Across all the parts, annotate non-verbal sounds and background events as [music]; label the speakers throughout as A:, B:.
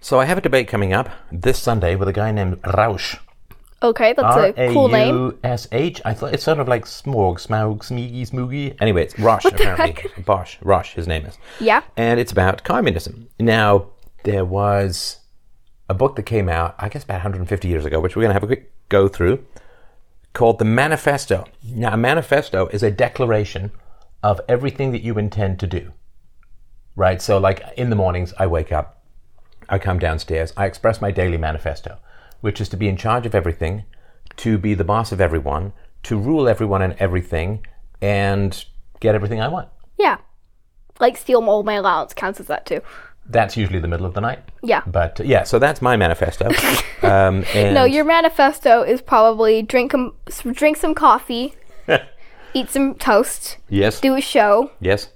A: So I have a debate coming up this Sunday with a guy named Rausch.
B: Okay, that's
A: R
B: a
A: A
B: cool name.
A: U S H. I thought it's sort of like Smorg, Smaug, Smeaggy, Smoogie. Anyway, it's Rosh, apparently. Bosh, Rosh, his name is.
B: Yeah.
A: And it's about communism. Now, there was a book that came out, I guess about 150 years ago, which we're going to have a quick go through, called The Manifesto. Now, a manifesto is a declaration of everything that you intend to do. Right? So, like in the mornings, I wake up, I come downstairs. I express my daily manifesto, which is to be in charge of everything, to be the boss of everyone, to rule everyone and everything, and get everything I want.
B: Yeah. Like steal all my allowance counts as that too.
A: That's usually the middle of the night.
B: Yeah.
A: But uh, yeah, so that's my
B: [laughs]
A: manifesto. um, and
B: No, your manifesto is probably drink com- s- drink
A: [laughs]
B: some coffee, eat some toast,
A: yes,
B: do a show,
A: yes,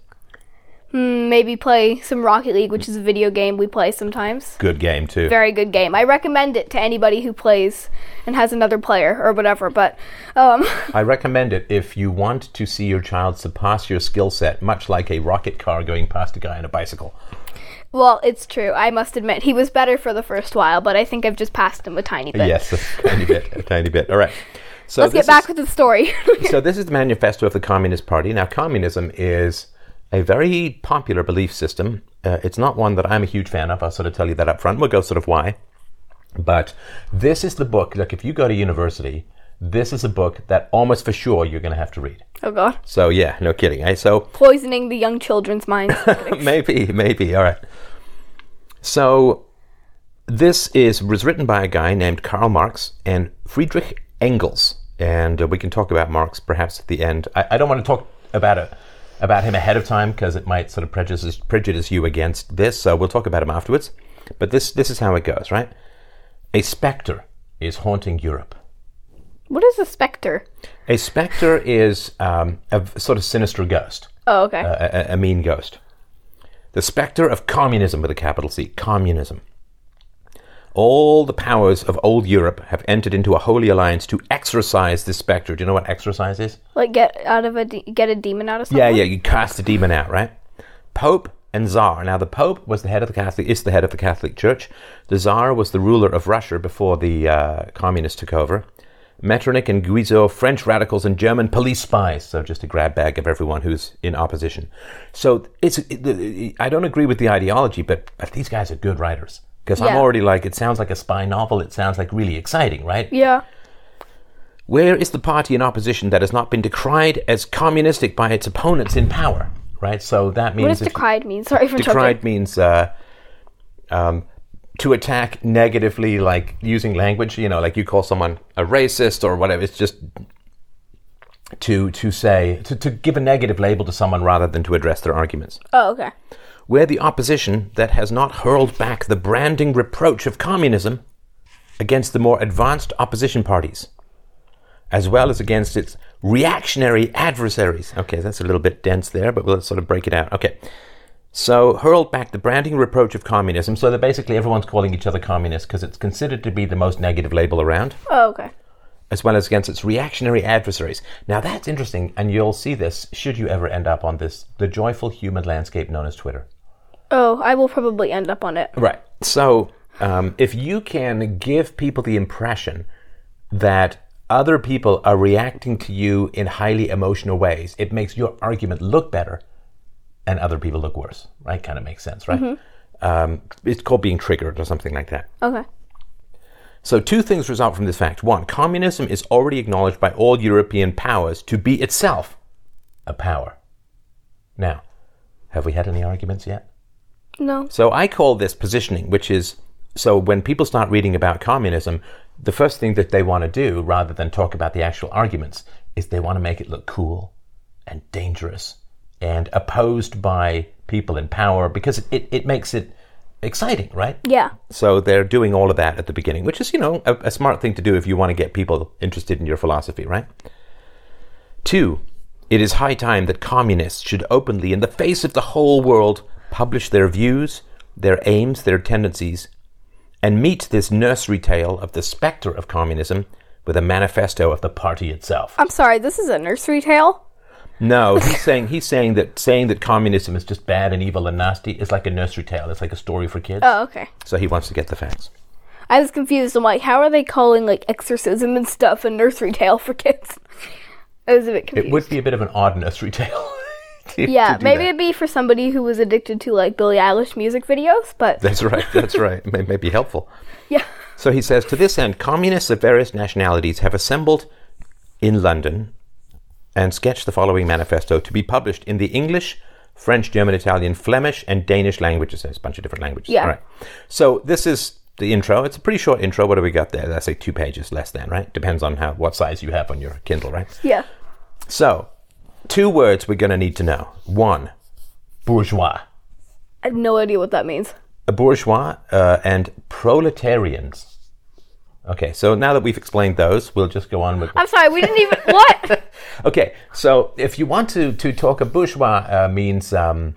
B: maybe play some Rocket League, which is a video game we play sometimes.
A: good game too.
B: Very good game. I recommend it to anybody who plays and has another player or whatever. But um, [laughs]
A: I recommend it if you want to see your child surpass your skill set, much like a rocket car going past a guy on a bicycle.
B: well, it's true. I must admit he was better for the first while, but I think I've just passed him a tiny bit.
A: Yes, a tiny bit, a tiny bit. All right. So
B: Let's
A: this
B: get
A: is-
B: back to the story. [laughs]
A: so this is the manifesto of the Communist Party. Now, communism is a very popular belief system. Uh, it's not one that I'm a huge fan of. I'll sort of tell you that up front. We'll go sort of why. But this is the book. Look, if you go to university, this is a book that almost for sure you're going to have to read.
B: oh God,
A: So yeah, no kidding. Eh? So
B: poisoning the young
A: [laughs]
B: children's minds.
A: maybe, maybe. All right. So this is was written by a guy named Karl Marx and Friedrich Engels, and uh, we can talk about Marx perhaps at the end. I, I don't want to talk about it about him ahead of time because it might sort of prejudice prejudice you against this. So we'll talk about him afterwards. But this this is how it goes, right? A specter is haunting Europe.
B: what is a specter?
A: A specter is um, a v- sort of sinister ghost
B: Oh, okay.
A: a, a- a mean ghost. The specter of communism with a capital C, communism. All the powers of old Europe have entered into a holy alliance to exorcise this specter. Do you know what exorcise is?
B: like get out of a de- get a demon out of something.
A: Yeah, yeah, you cast the demon out, right? Pope and Tsar. Now, the Pope was the head of the Catholic, is the head of the Catholic Church. The Tsar was the ruler of Russia before the uh, communists took over. Metternich and Guizot, French radicals and German police spies. So just a grab bag of everyone who's in opposition. So it's, it- it- I don't agree with the ideology, but, but these guys are good writers. Because I'm
B: Yeah.
A: already like, it sounds like a spy novel. It sounds like really exciting, right?
B: Yeah.
A: Where is the party in opposition that has not been decried as communistic by its opponents in power? Right. So that means
B: What does
A: if-
B: decried mean? Sorry for interrupting.
A: decried means uh, um, to attack negatively, like using language. You know, like you call someone a racist or whatever. It's just to to say to, to give a negative label to someone rather than to address their arguments.
B: Oh, okay.
A: Where the opposition that has not hurled back the branding reproach of communism against the more advanced opposition parties, as well as against its reactionary adversaries. Okay, that's a little bit dense there, but we'll sort of break it out. Okay. So, hurled back the branding reproach of communism, so that basically everyone's calling each other communist because it's considered to be the most negative label around
B: Oh, okay.
A: as well as against its reactionary adversaries. Now that's interesting, and you'll see this should you ever end up on this the joyful human landscape known as Twitter.
B: Oh, I will probably end up on it.
A: Right. So um, if you can give people the impression that other people are reacting to you in highly emotional ways, it makes your argument look better, and other people look worse. Right? Kind of makes sense, right? Um, it's called being triggered or something like that.
B: Okay.
A: So, two things result from this fact. One, communism is already acknowledged by all European powers to be itself a power. Now, have we had any arguments yet?
B: No.
A: So, I call this positioning, which is so when people start reading about communism, the first thing that they want to do, rather than talk about the actual arguments, is they want to make it look cool and dangerous and opposed by people in power because it, it makes it exciting, right?
B: Yeah.
A: So they're doing all of that at the beginning, which is, you know, a, a smart thing to do if you want to get people interested in your philosophy, right? Two, it is high time that communists should openly, in the face of the whole world, publish their views, their aims, their tendencies, and meet this nursery tale of the specter of
B: Um,
A: communism with a manifesto of the party itself.
B: I'm sorry. This is a nursery tale.
A: No, he's saying he's saying that saying that communism is just bad and evil and nasty is like a nursery tale. It's like a story for kids.
B: Oh, okay.
A: So he wants to get the facts.
B: I was confused. I'm like, how are they calling like exorcism and stuff a nursery tale for kids? [laughs] I was a bit confused.
A: It would be a bit of an odd [laughs] nursery tale. to-
B: yeah,
A: to do
B: maybe
A: that.
B: it'd be for somebody who was addicted to like Billie Eilish music videos, but
A: That's right. That's right. May, may be helpful.
B: [laughs] yeah.
A: So he says, to this end, communists of various nationalities have assembled in London and sketched the following manifesto to be published in the English, French, German, Italian, Flemish, and Danish languages. There's a bunch of different languages.
B: Yeah.
A: All right. So this is the intro. It's a pretty short intro. What do we got there? That's like two pages less than, right? Depends on how what size you have on your Kindle, right?
B: Yeah.
A: So, two words we're going to need to know. One, bourgeois.
B: I have no idea what that means.
A: a bourgeois uh, and proletarians. Okay, so now that we've explained those, we'll just go on with.
B: I'm sorry, we didn't even what?
A: Okay, so if you want to to talk, a bourgeois uh, means um,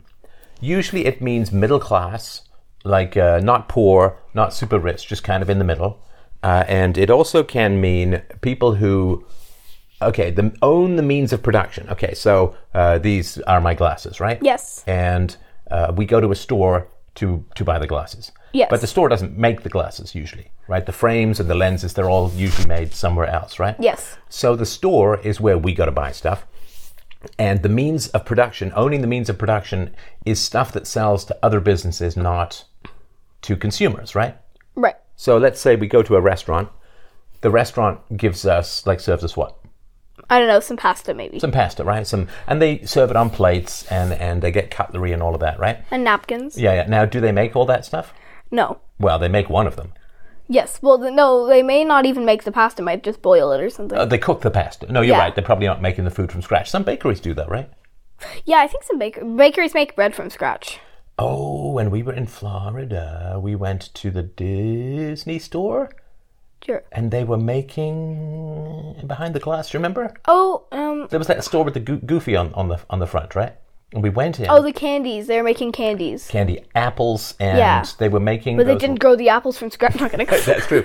A: usually it means middle class, like uh, not poor, not super rich, just kind of in the middle, uh, and it also can mean people who. Okay, the, own the means of production. Okay, so uh, these are my glasses, right?
B: Yes.
A: and uh, we go to a store to to buy the glasses.
B: Yes.
A: But the store doesn't make the glasses usually, right? The frames and the lenses they're all usually made somewhere else, right?
B: [laughs] Yes.
A: So the store is where we go to buy stuff. And the means of production, owning the means of production is stuff that sells to other businesses, not to consumers, right?
B: Right.
A: So let's say we go to a restaurant. The restaurant gives us, like, serves us what?
B: I don't know, some pasta maybe.
A: Some pasta, right? Some, and they serve it on plates, and and they get cutlery and all of that, right?
B: and napkins?
A: Yeah, yeah. Now, do they make all that stuff?
B: No.
A: Well, they make one of them.
B: Yes. Well, th- no, they may not even make the pasta. Might just boil it or something.
A: Uh, They cook the pasta. No, you're
B: Yeah.
A: right. They're probably not making the food from scratch. Some bakeries do that, right?
B: yeah, I think some baker- bakeries make bread from scratch.
A: Oh, when we were in Florida, we went to the Disney store
B: Sure.
A: and they were making behind the glass. Do you remember?
B: Oh, um,
A: There was that store with the goo- goofy on, on the on the front, right? And we went in
B: oh, the candies. They're making candies,
A: candy apples, and
B: Yeah.
A: they were making.
B: but they
A: those-
B: didn't grow the apples from scratch. [laughs] Not gonna.
A: [laughs] That's true.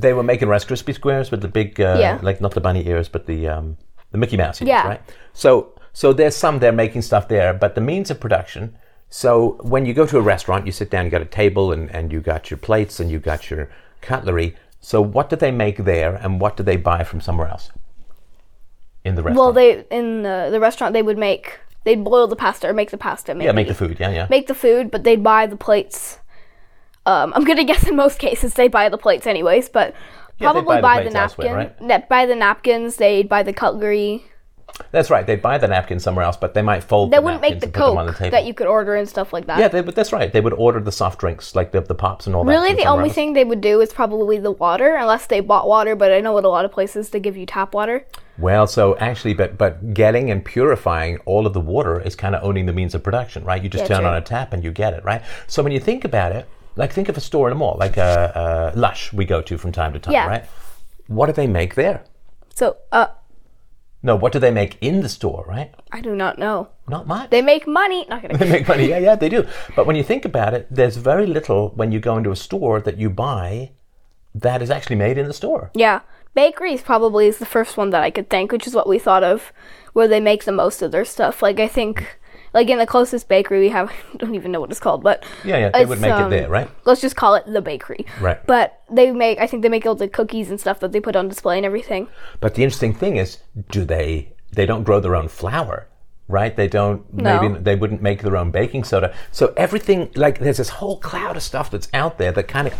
A: they were making Rice Krispie squares with the big, uh,
B: Yeah.
A: like not the bunny ears, but the um, the Mickey Mouse ears,
B: Yeah.
A: right? So so there's some they're making stuff there, but the means of production. So when you go to a restaurant, you sit down, you got a table, and and you got your plates, and you got your cutlery. So what do they make there, and what do they buy from somewhere else? In the
B: well,
A: restaurant,
B: they in the, the restaurant they would make they'd boil the pasta or make the pasta. Maybe.
A: yeah, make the food, yeah, yeah.
B: make the food, but they'd buy the plates. Um, I'm gonna [laughs] guess in most cases they buy the plates anyways, but
A: Yeah, they'd
B: probably
A: buy the
B: buy the,
A: plates elsewhere,
B: napkin.
A: right?
B: na- buy the napkins. They'd buy the cutlery.
A: That's right. They buy the napkin somewhere else, but they might fold.
B: They
A: the
B: wouldn't
A: napkins
B: make the
A: and put them on
B: coke
A: the table.
B: that you could order and stuff like that.
A: yeah, they, but that's right. They would order the soft drinks, like the, the pops and all that.
B: Really,
A: from
B: the
A: somewhere
B: only
A: else.
B: thing they would do is probably the water, unless they bought water. But I know at a lot of places they give you tap water.
A: Well, so actually, but but getting and purifying all of the water is kind of owning the means of production, right? You just
B: Yeah,
A: turn
B: true.
A: on a tap and you get it, right? So when you think about it, like think of a store in a mall, like a, uh Lush we go to from time to time,
B: Yeah.
A: right? What do they make there?
B: So uh,
A: No, what do they make in the store, right?
B: I do not know.
A: Not much.
B: They make money. Not
A: [laughs]
B: gonna.
A: They make money. Yeah, yeah, they do. But when you think about it, there's very little when you go into a store that you buy that is actually made in the store.
B: yeah, bakeries probably is the first one that I could think, which is what we thought of, where they make the most of their stuff. Like I think, like in the closest bakery we have, [laughs] I don't even know what it's called, but
A: Yeah, yeah, they would
B: it's,
A: make it
B: um,
A: there, right?
B: Let's just call it the bakery.
A: Right.
B: But they make, I think they make all the cookies and stuff that they put on display and everything.
A: But the interesting thing is, do they? They don't grow their own flour, right? They don't.
B: No.
A: Maybe they wouldn't make their own baking soda. So everything, like, there's this whole cloud of stuff that's out there that kind of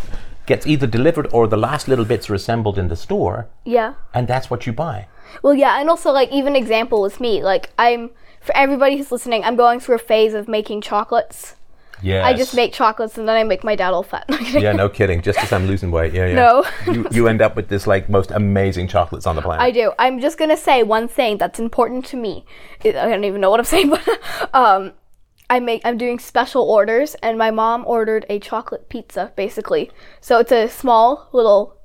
A: gets either delivered or the last little bits are assembled in the store,
B: Yeah.
A: and that's what you buy.
B: Well, yeah, and also like even example with me, like I'm for everybody who's listening, I'm going through a phase of making chocolates.
A: Yeah.
B: I just make chocolates and then I make my dad all fat. [laughs]
A: Yeah, no kidding. Just as I'm losing weight, yeah, yeah.
B: No.
A: you, you end up with this like most amazing chocolates on the planet.
B: I do. I'm just gonna say one thing that's important to me. I I don't even know what I'm saying, [laughs] but um, I make I'm doing special orders, and my mom ordered a chocolate pizza basically. So it's a small little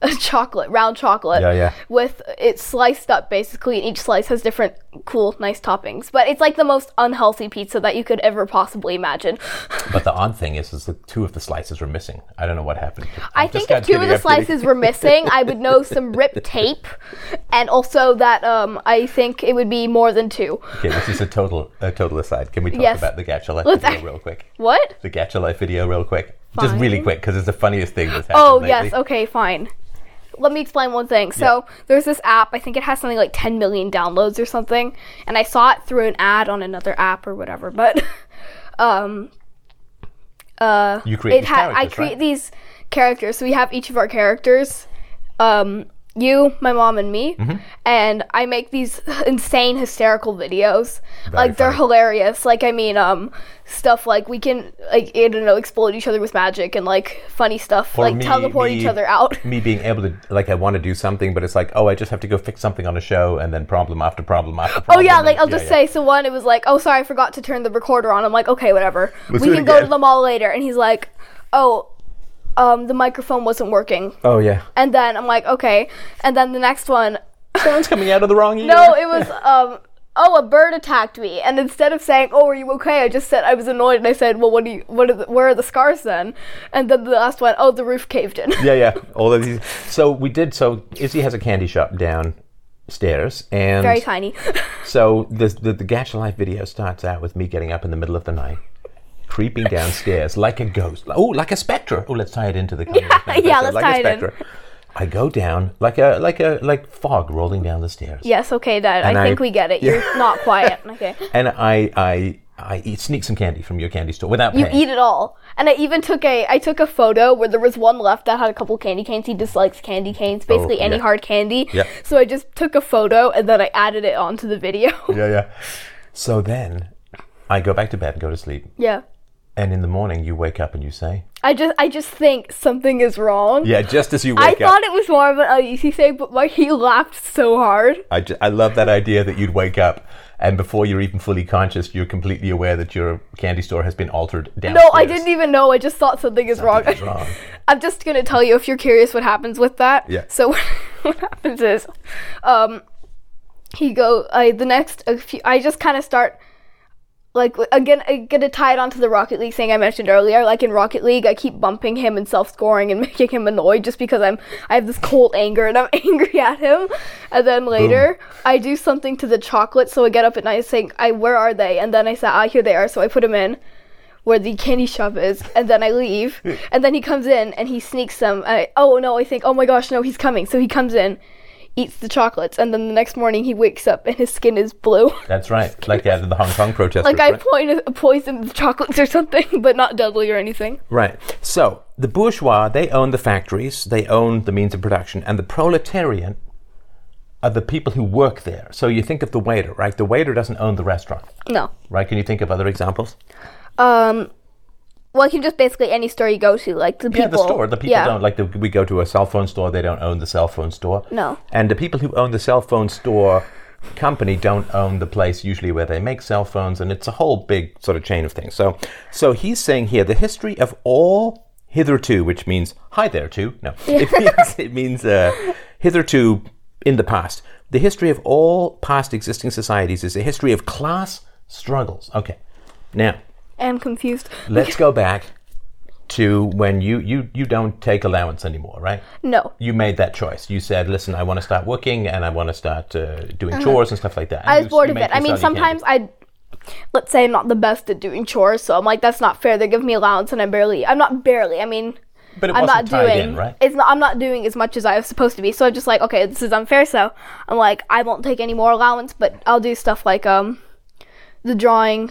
B: [laughs] a chocolate, round chocolate.
A: Yeah, yeah.
B: With it sliced up basically, and each slice has different cool, nice toppings. But it's like the most unhealthy pizza that you could ever possibly imagine. [laughs]
A: But the odd thing is, is the two of the slices were missing. I don't know what happened.
B: I
A: I've just
B: think if
A: got
B: two of
A: giddy
B: the
A: after
B: slices were missing, I would know some rip tape, and also that um, I think it would be more than two.
A: Okay, this is a total a total aside. Can we talk
B: Yes.
A: about the Gacha Life
B: Let's
A: video
B: [laughs] act-
A: real quick?
B: What?
A: The Gacha Life video real quick. Just really
B: Fine.
A: quick because it's the funniest thing
B: [gasps]
A: that's happened
B: Oh
A: lately.
B: yes, okay, fine. Let me explain one thing. So there's this app. I think it has something like 10 million downloads or something, and I saw it through an ad on another app or whatever. But [laughs] um, uh,
A: You create
B: it
A: these
B: had I
A: characters,
B: create
A: right?
B: these characters. So we have each of our characters. Um, you, my mom, and me,
A: Mm-hmm.
B: and I make these [laughs] insane hysterical videos. like they're
A: funny.
B: hilarious. Like I mean, um, stuff like we can like I don't know explode each other with magic and like funny stuff
A: Or
B: like
A: me-
B: teleport each
A: me- [laughs]
B: other out.
A: Me being able to like, I want to do something, but it's like, oh, I just have to go fix something on a show, and then problem after problem after
B: Oh
A: problem.
B: yeah,
A: and-
B: like I'll just
A: yeah.
B: say so one it was like, Oh sorry, I forgot to turn the recorder on. I'm like, Okay, whatever.
A: Let's
B: we
A: do it
B: can go to
A: again."
B: the mall later and he's like, Oh, um, the microphone wasn't working
A: Oh yeah,
B: and then I'm like, Okay and then the next one
A: sounds coming out of the wrong ear.
B: [laughs] No, it was um Oh, a bird attacked me, and instead of saying, "Oh, are you okay?" I just said I was annoyed, and I said, "Well, what do you? What are the, where are the scars then?" And then the last one, "Oh, the roof caved in."
A: yeah, yeah. All of these. So we did. So Izzy has a candy shop downstairs, and
B: [laughs] Very tiny. [laughs]
A: so the the, the Gacha Life video starts out with me getting up in the middle of the night. Creeping
B: [laughs]
A: downstairs like a ghost. Oh, like a spectre. Oh, let's tie it into the conversation.
B: yeah, let's
A: like
B: tie
A: a
B: it in.
A: spectre. I go down like a like a like fog rolling down the stairs.
B: yes, okay, Dad.
A: And
B: I
A: I-
B: think we get it. You're not quiet.
A: [laughs]
B: Okay.
A: and I I I eat, sneak some candy from your candy store without
B: You
A: paying.
B: eat it all. And I even took a I took a photo where there was one left that had a couple candy canes. He dislikes candy canes, basically any
A: Oh, yeah.
B: hard candy.
A: Yeah.
B: So I just took a photo and then I added it onto the video. [laughs]
A: yeah, yeah. So then I go back to bed and go to sleep.
B: yeah.
A: And in the morning you wake up and you say,
B: I just I just think something is wrong.
A: "Yeah, uh, just as you
B: I
A: wake up."
B: thought it was more of an uneasy thing, but like he laughed so hard.
A: I, ju- I love that idea that you'd wake up and before you're even fully conscious, you're completely aware that your candy store has been altered downstairs.
B: No, I didn't even know. I just thought something is wrong.
A: Something is wrong.
B: [laughs] I'm just gonna tell you if you're curious what happens with that.
A: Yeah.
B: So [laughs] what happens is, um, he go. I the next a few. I just kind of start. Like again, I'm gonna tie it onto the Rocket League thing I mentioned earlier. Like in Rocket League, I keep bumping him and self-scoring and [laughs] making him annoyed just because I'm I have this cold anger and I'm [laughs] angry at him. And then later, I do something to the chocolate, so I get up at night saying, "I where are they?" And then I say, "Ah, here they are." So I put him in where the candy shop is, and then
A: [laughs]
B: I leave, and then he comes in and he sneaks some. I, oh no, I think, oh my gosh, no, he's coming. So he comes in, eats the chocolates, and then the next morning he wakes up and his skin is blue. [laughs]
A: That's right. Like out of the Hong Kong protesters.
B: like I
A: right?
B: point poisoned the chocolates or something, [laughs] but not deadly or anything.
A: Right. So the bourgeois, they own the factories, they own the means of production, and the proletariat are the people who work there. So you think of the waiter, right? The waiter doesn't own the restaurant,
B: No.
A: right? Can you think of other examples?
B: Um. Well, you can just basically any store you go to, like the people.
A: Yeah, the store. The people
B: yeah.
A: don't like. The, we go to a cell phone store. They don't own the cell phone store.
B: No.
A: And the people who own the cell phone store company don't own the place usually where they make cell phones, and it's a whole big sort of chain of things. So, so he's saying here the history of all hitherto, which means hi there too. No, [laughs] it means, it means uh, hitherto in the past. The history of all past existing societies is a history of class struggles. Okay, now
B: I'm
A: [laughs]
B: confused.
A: let's go back to when you you you don't take allowance anymore right
B: No.
A: you made that choice you said listen i want to start working and i want to start uh, doing chores and stuff like that
B: Uh-huh. I was bored of it. I mean, sometimes I, let's say, I'm not the best at doing chores, so I'm like, that's not fair. They give me allowance, and I'm barely. I'm not barely. I mean,
A: but it
B: I'm not
A: wasn't tied
B: doing.
A: in right
B: It's not. I'm not doing as much as I was supposed to be. So I'm just like, okay, this is unfair. So I'm like, I won't take any more allowance, but I'll do stuff like um, the drawing.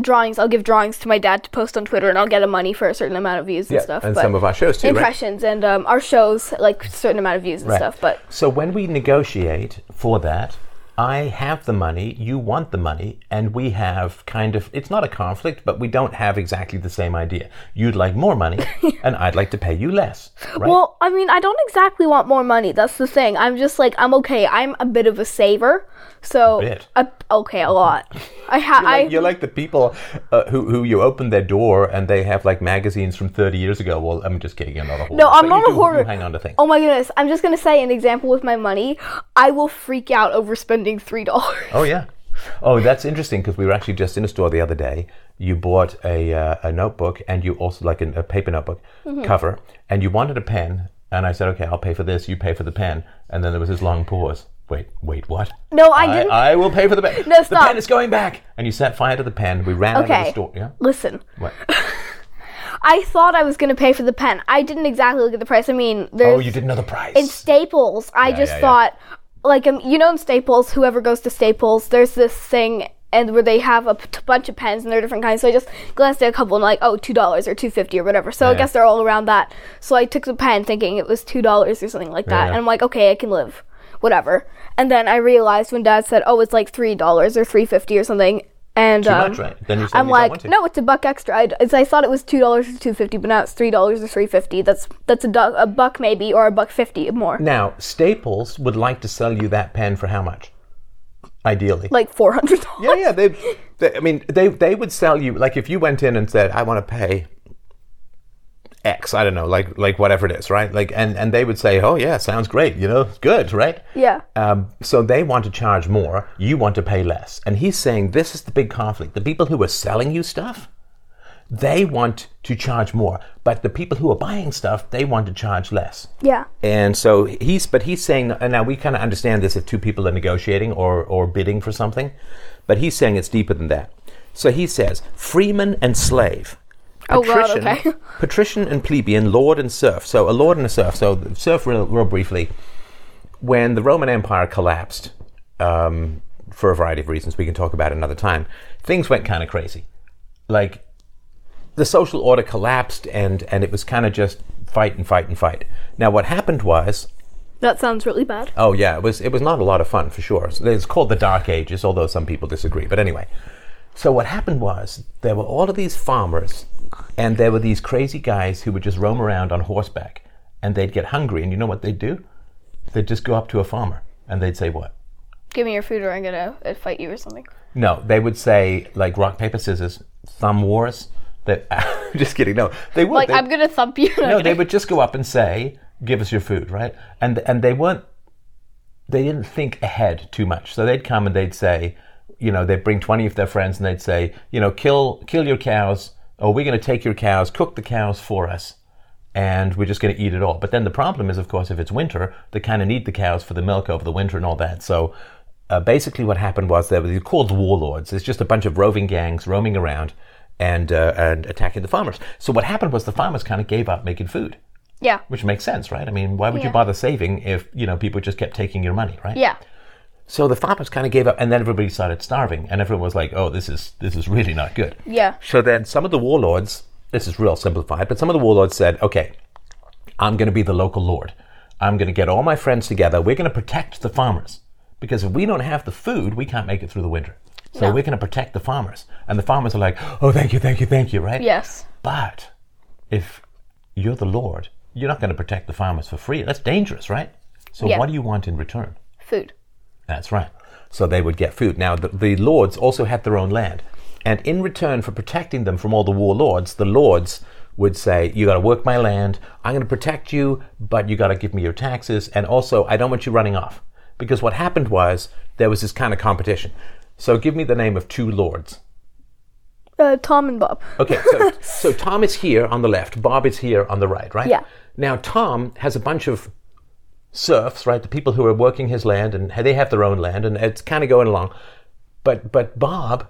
B: Drawings. I'll give drawings to my dad to post on Twitter, and I'll get him money for a certain amount of views and stuff.
A: and
B: but
A: some of our shows too right
B: impressions and um, our shows, like certain amount of views and
A: Right.
B: stuff. But
A: so when we negotiate for that I have the money, you want the money, and we have kind of, it's not a conflict, but we don't have exactly the same idea. You'd like more
B: [laughs]
A: money, and I'd like to pay you less, right?
B: Well, I mean, I don't exactly want more money. That's the thing. I'm just like I'm okay. I'm a bit of a saver, so
A: bit.
B: a- okay, a lot. I ha-
A: You're like,
B: I
A: you're like the people uh, who, who you open their door and they have like magazines from 30 years ago. Well, I'm just kidding. You're not a hoarder.
B: No, I'm
A: but
B: not
A: you
B: a
A: do- you
B: hoarder.
A: hang on to things.
B: oh my goodness. I'm just gonna say an example with my money. I will freak out over spending three dollars. [laughs]
A: Oh yeah. Oh, that's interesting because we were actually just in a store the other day. You bought a uh, a notebook and you also like an, a paper notebook
B: Mm-hmm.
A: cover, and you wanted a pen. And I said, okay, I'll pay for this. You pay for the pen. And then there was this long pause. Wait, wait, what?
B: No, I
A: I, uh,
B: didn't.
A: I will pay for the pen.
B: No,
A: The
B: stop.
A: pen is going back. And you set fire to the pen. We ran out of
B: Okay.
A: the store. Yeah.
B: Listen,
A: What?
B: [laughs] I thought I was gonna pay for the pen. I didn't exactly look at the price. I mean, there's
A: Oh, you didn't know the price.
B: in Staples, I just
A: yeah, yeah.
B: thought, like, um, you know, in Staples, whoever goes to Staples, there's this thing and where they have a p- t- bunch of pens and they're different kinds. So I just glanced at a couple and like, oh, two dollars or two fifty or whatever. So I
A: Yeah.
B: guess they're all around that. So I took the pen thinking it was two dollars or something like that,
A: yeah.
B: and I'm like, okay, I can live, whatever. And then I realized when Dad said, oh, it's like three dollars or three fifty or something, and
A: Too
B: um,
A: much, right? Then you said
B: I'm
A: you don't want
B: like,
A: to.
B: no, it's a buck extra. I, it's, I thought it was two dollars or two fifty, but now it's three dollars or three fifty. That's that's a, du- a buck maybe or a buck fifty more,
A: Now, Staples would like to sell you that pen for how much? Ideally.
B: like four hundred dollars.
A: Yeah, yeah. They, they, I mean, they they would sell you like if you went in and said, "I want to pay X," I don't know, like like whatever it is, right? Like, and and they would say, "Oh yeah, sounds great. You know, it's good, right?"
B: Yeah.
A: Um, so they want to charge more. You want to pay less. And he's saying this is the big conflict. The people who are selling you stuff, they want to charge more, but the people who are buying stuff, they want to charge less.
B: Yeah.
A: And so he's, but he's saying, and now we kind of understand this if two people are negotiating or, or bidding for something, but he's saying it's deeper than that. So he says, freeman and slave.
B: Oh, God, okay. [laughs]
A: patrician and plebeian, lord and serf. So a lord and a serf. So the serf, real, real briefly, when the Roman Empire collapsed, um, for a variety of reasons we can talk about another time, things went kind of crazy. Like the social order collapsed and and it was kind of just fight and fight and fight. Now what happened was
B: That sounds really bad.
A: oh yeah, it was it was not a lot of fun for sure. So It's called the Dark Ages, although some people disagree. But anyway, so what happened was there were all of these farmers, and there were these crazy guys who would just roam around on horseback, and they'd get hungry, and you know what they'd do? They'd just go up to a farmer and they'd say what?
B: Give me your food, or I'm gonna uh, fight you or something.
A: No, they would say like rock paper scissors, thumb wars. [laughs] That just kidding. No, they would.
B: Like
A: they-
B: I'm gonna thump you.
A: no, they would just go up and say, "Give us your food," right? And and they weren't, they didn't think ahead too much. So they'd come and they'd say, you know, they'd bring twenty of their friends and they'd say, you know, kill kill your cows, or we're going to take your cows, cook the cows for us, and we're just going to eat it all. But then the problem is, of course, if it's winter, they kind of need the cows for the milk over the winter and all that. So. Uh, basically, what happened was they were called warlords. It's just a bunch of roving gangs roaming around and uh, and attacking the farmers. So what happened was the farmers kind of gave up making food,
B: [laughs] yeah.
A: which makes sense, right? I mean, why would you
B: Yeah.
A: bother saving if you know people just kept taking your money, right?
B: Yeah.
A: So the farmers kind of gave up, and then everybody started starving, and everyone was like, "Oh, this is this is really not good."
B: Yeah.
A: So then some of the warlords, this is real simplified, but some of the warlords said, okay, I'm going to be the local lord. I'm going to get all my friends together. We're going to protect the farmers because if we don't have the food, we can't make it through the winter. So we're going to protect the farmers. And the farmers are like, oh, thank you, thank you, thank you, right?
B: Yes.
A: But if you're the lord, you're not going to protect the farmers for free. That's dangerous, right? So
B: Yeah.
A: what do you want in return?
B: Food.
A: That's right. So they would get food. Now, the, the lords also had their own land. And in return for protecting them from all the warlords, the lords would say, You got to work my land. I'm going to protect you, but you got to give me your taxes. And also, I don't want you running off. Because what happened was there was this kind of competition. So give me the name of two lords.
B: Uh, Tom and Bob.
A: Okay,
B: [laughs]
A: so, so Tom is here on the left, Bob is here on the right, right?
B: Yeah.
A: Now, Tom has a bunch of serfs, right? The people who are working his land, and they have their own land, and it's kind of going along. But, but Bob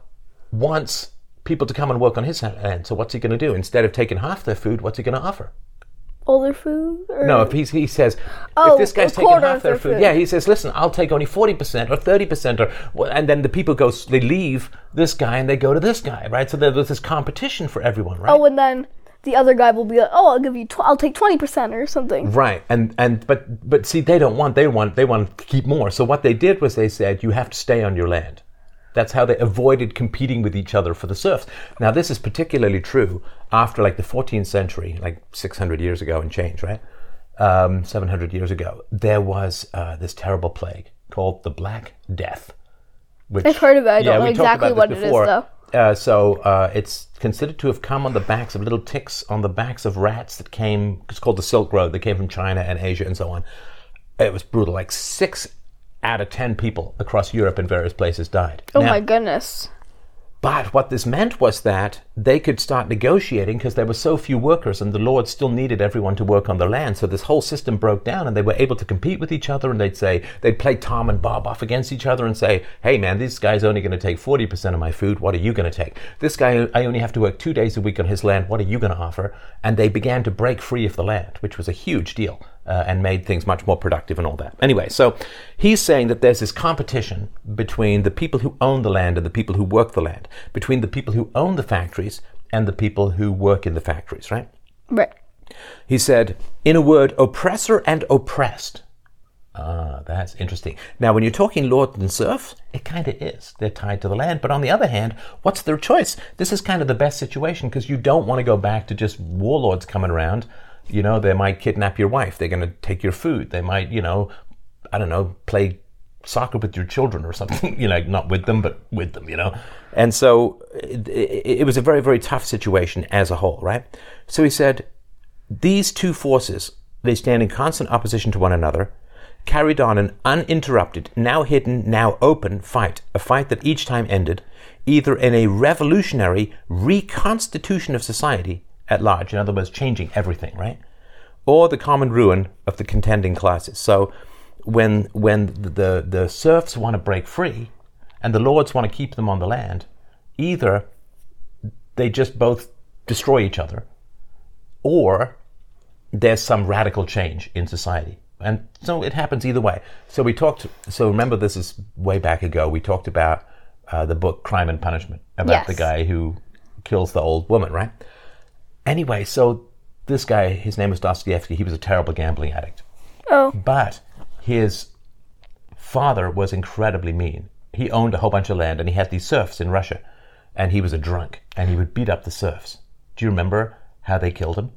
A: wants people to come and work on his land, so what's he going to do? Instead of taking half their food, what's he going to offer?
B: All their food. Or...
A: No, if he's, he says,
B: Oh,
A: if this guy's
B: a
A: taking
B: quarter
A: half
B: of
A: their
B: their
A: food,
B: food.
A: yeah, he says, listen, I'll take only 40% or 30% or, well, and then the people go, they leave this guy and they go to this guy, right? So there was this competition for everyone, right?
B: Oh, and then the other guy will be like, "Oh, I'll give you, tw- I'll take twenty percent or something."
A: Right, and and but but see, they don't want they want they want to keep more. So what they did was they said you have to stay on your land. That's how they avoided competing with each other for the serfs. Now this is particularly true after like the 14th century, like 600 years ago and change, right? Um, 700 years ago, there was uh, this terrible plague called the Black Death. Which,
B: I've heard of it. I don't know
A: we talked
B: exactly
A: about
B: what
A: this
B: it is,
A: before.
B: though.
A: Uh, so uh, it's considered to have come on the backs of little ticks, on the backs of rats that came. It's called the Silk Road. They came from China and Asia and so on. It was brutal. Like six out of ten people across Europe in various places died.
B: Oh
A: Now-
B: my goodness.
A: but what this meant was that they could start negotiating because there were so few workers and the Lord still needed everyone to work on the land. So this whole system broke down and they were able to compete with each other and they'd say, they'd play Tom and Bob off against each other and say, hey man, this guy's only going to take 40% of my food. What are you going to take? This guy, I only have to work two days a week on his land. What are you going to offer? And they began to break free of the land, which was a huge deal uh, and made things much more productive and all that. Anyway, so he's saying that there's this competition between the people who own the land and the people who work the land, between the people who own the factories and the people who work in the factories, right?
B: Right.
A: He said, in a word, oppressor and oppressed. Ah, that's interesting. Now, when you're talking lord and serfs, it kind of is. They're tied to the land. But on the other hand, what's their choice? This is kind of the best situation because you don't want to go back to just warlords coming around. You know, they might kidnap your wife. They're going to take your food. They might, you know, I don't know, play soccer with your children or something. [laughs] you know, not with them, but with them, you know. And so it, it, it was a very, very tough situation as a whole, right? So he said, these two forces, they stand in constant opposition to one another, carried on an uninterrupted, now hidden, now open fight, a fight that each time ended either in a revolutionary reconstitution of society at large, in other words, changing everything, right? Or the common ruin of the contending classes. So when, when the, the, the serfs want to break free and the lords want to keep them on the land, either they just both destroy each other or there's some radical change in society. And so it happens either way. So we talked, so remember this is way back ago, we talked about uh, the book Crime and Punishment about
B: Yes.
A: the guy who kills the old woman, right? Anyway, so this guy, his name was Dostoevsky, he was a terrible gambling addict.
B: Oh.
A: But his father was incredibly mean. He owned a whole bunch of land and he had these serfs in Russia. And he was a drunk and he would beat up the serfs. Do you remember how they killed him?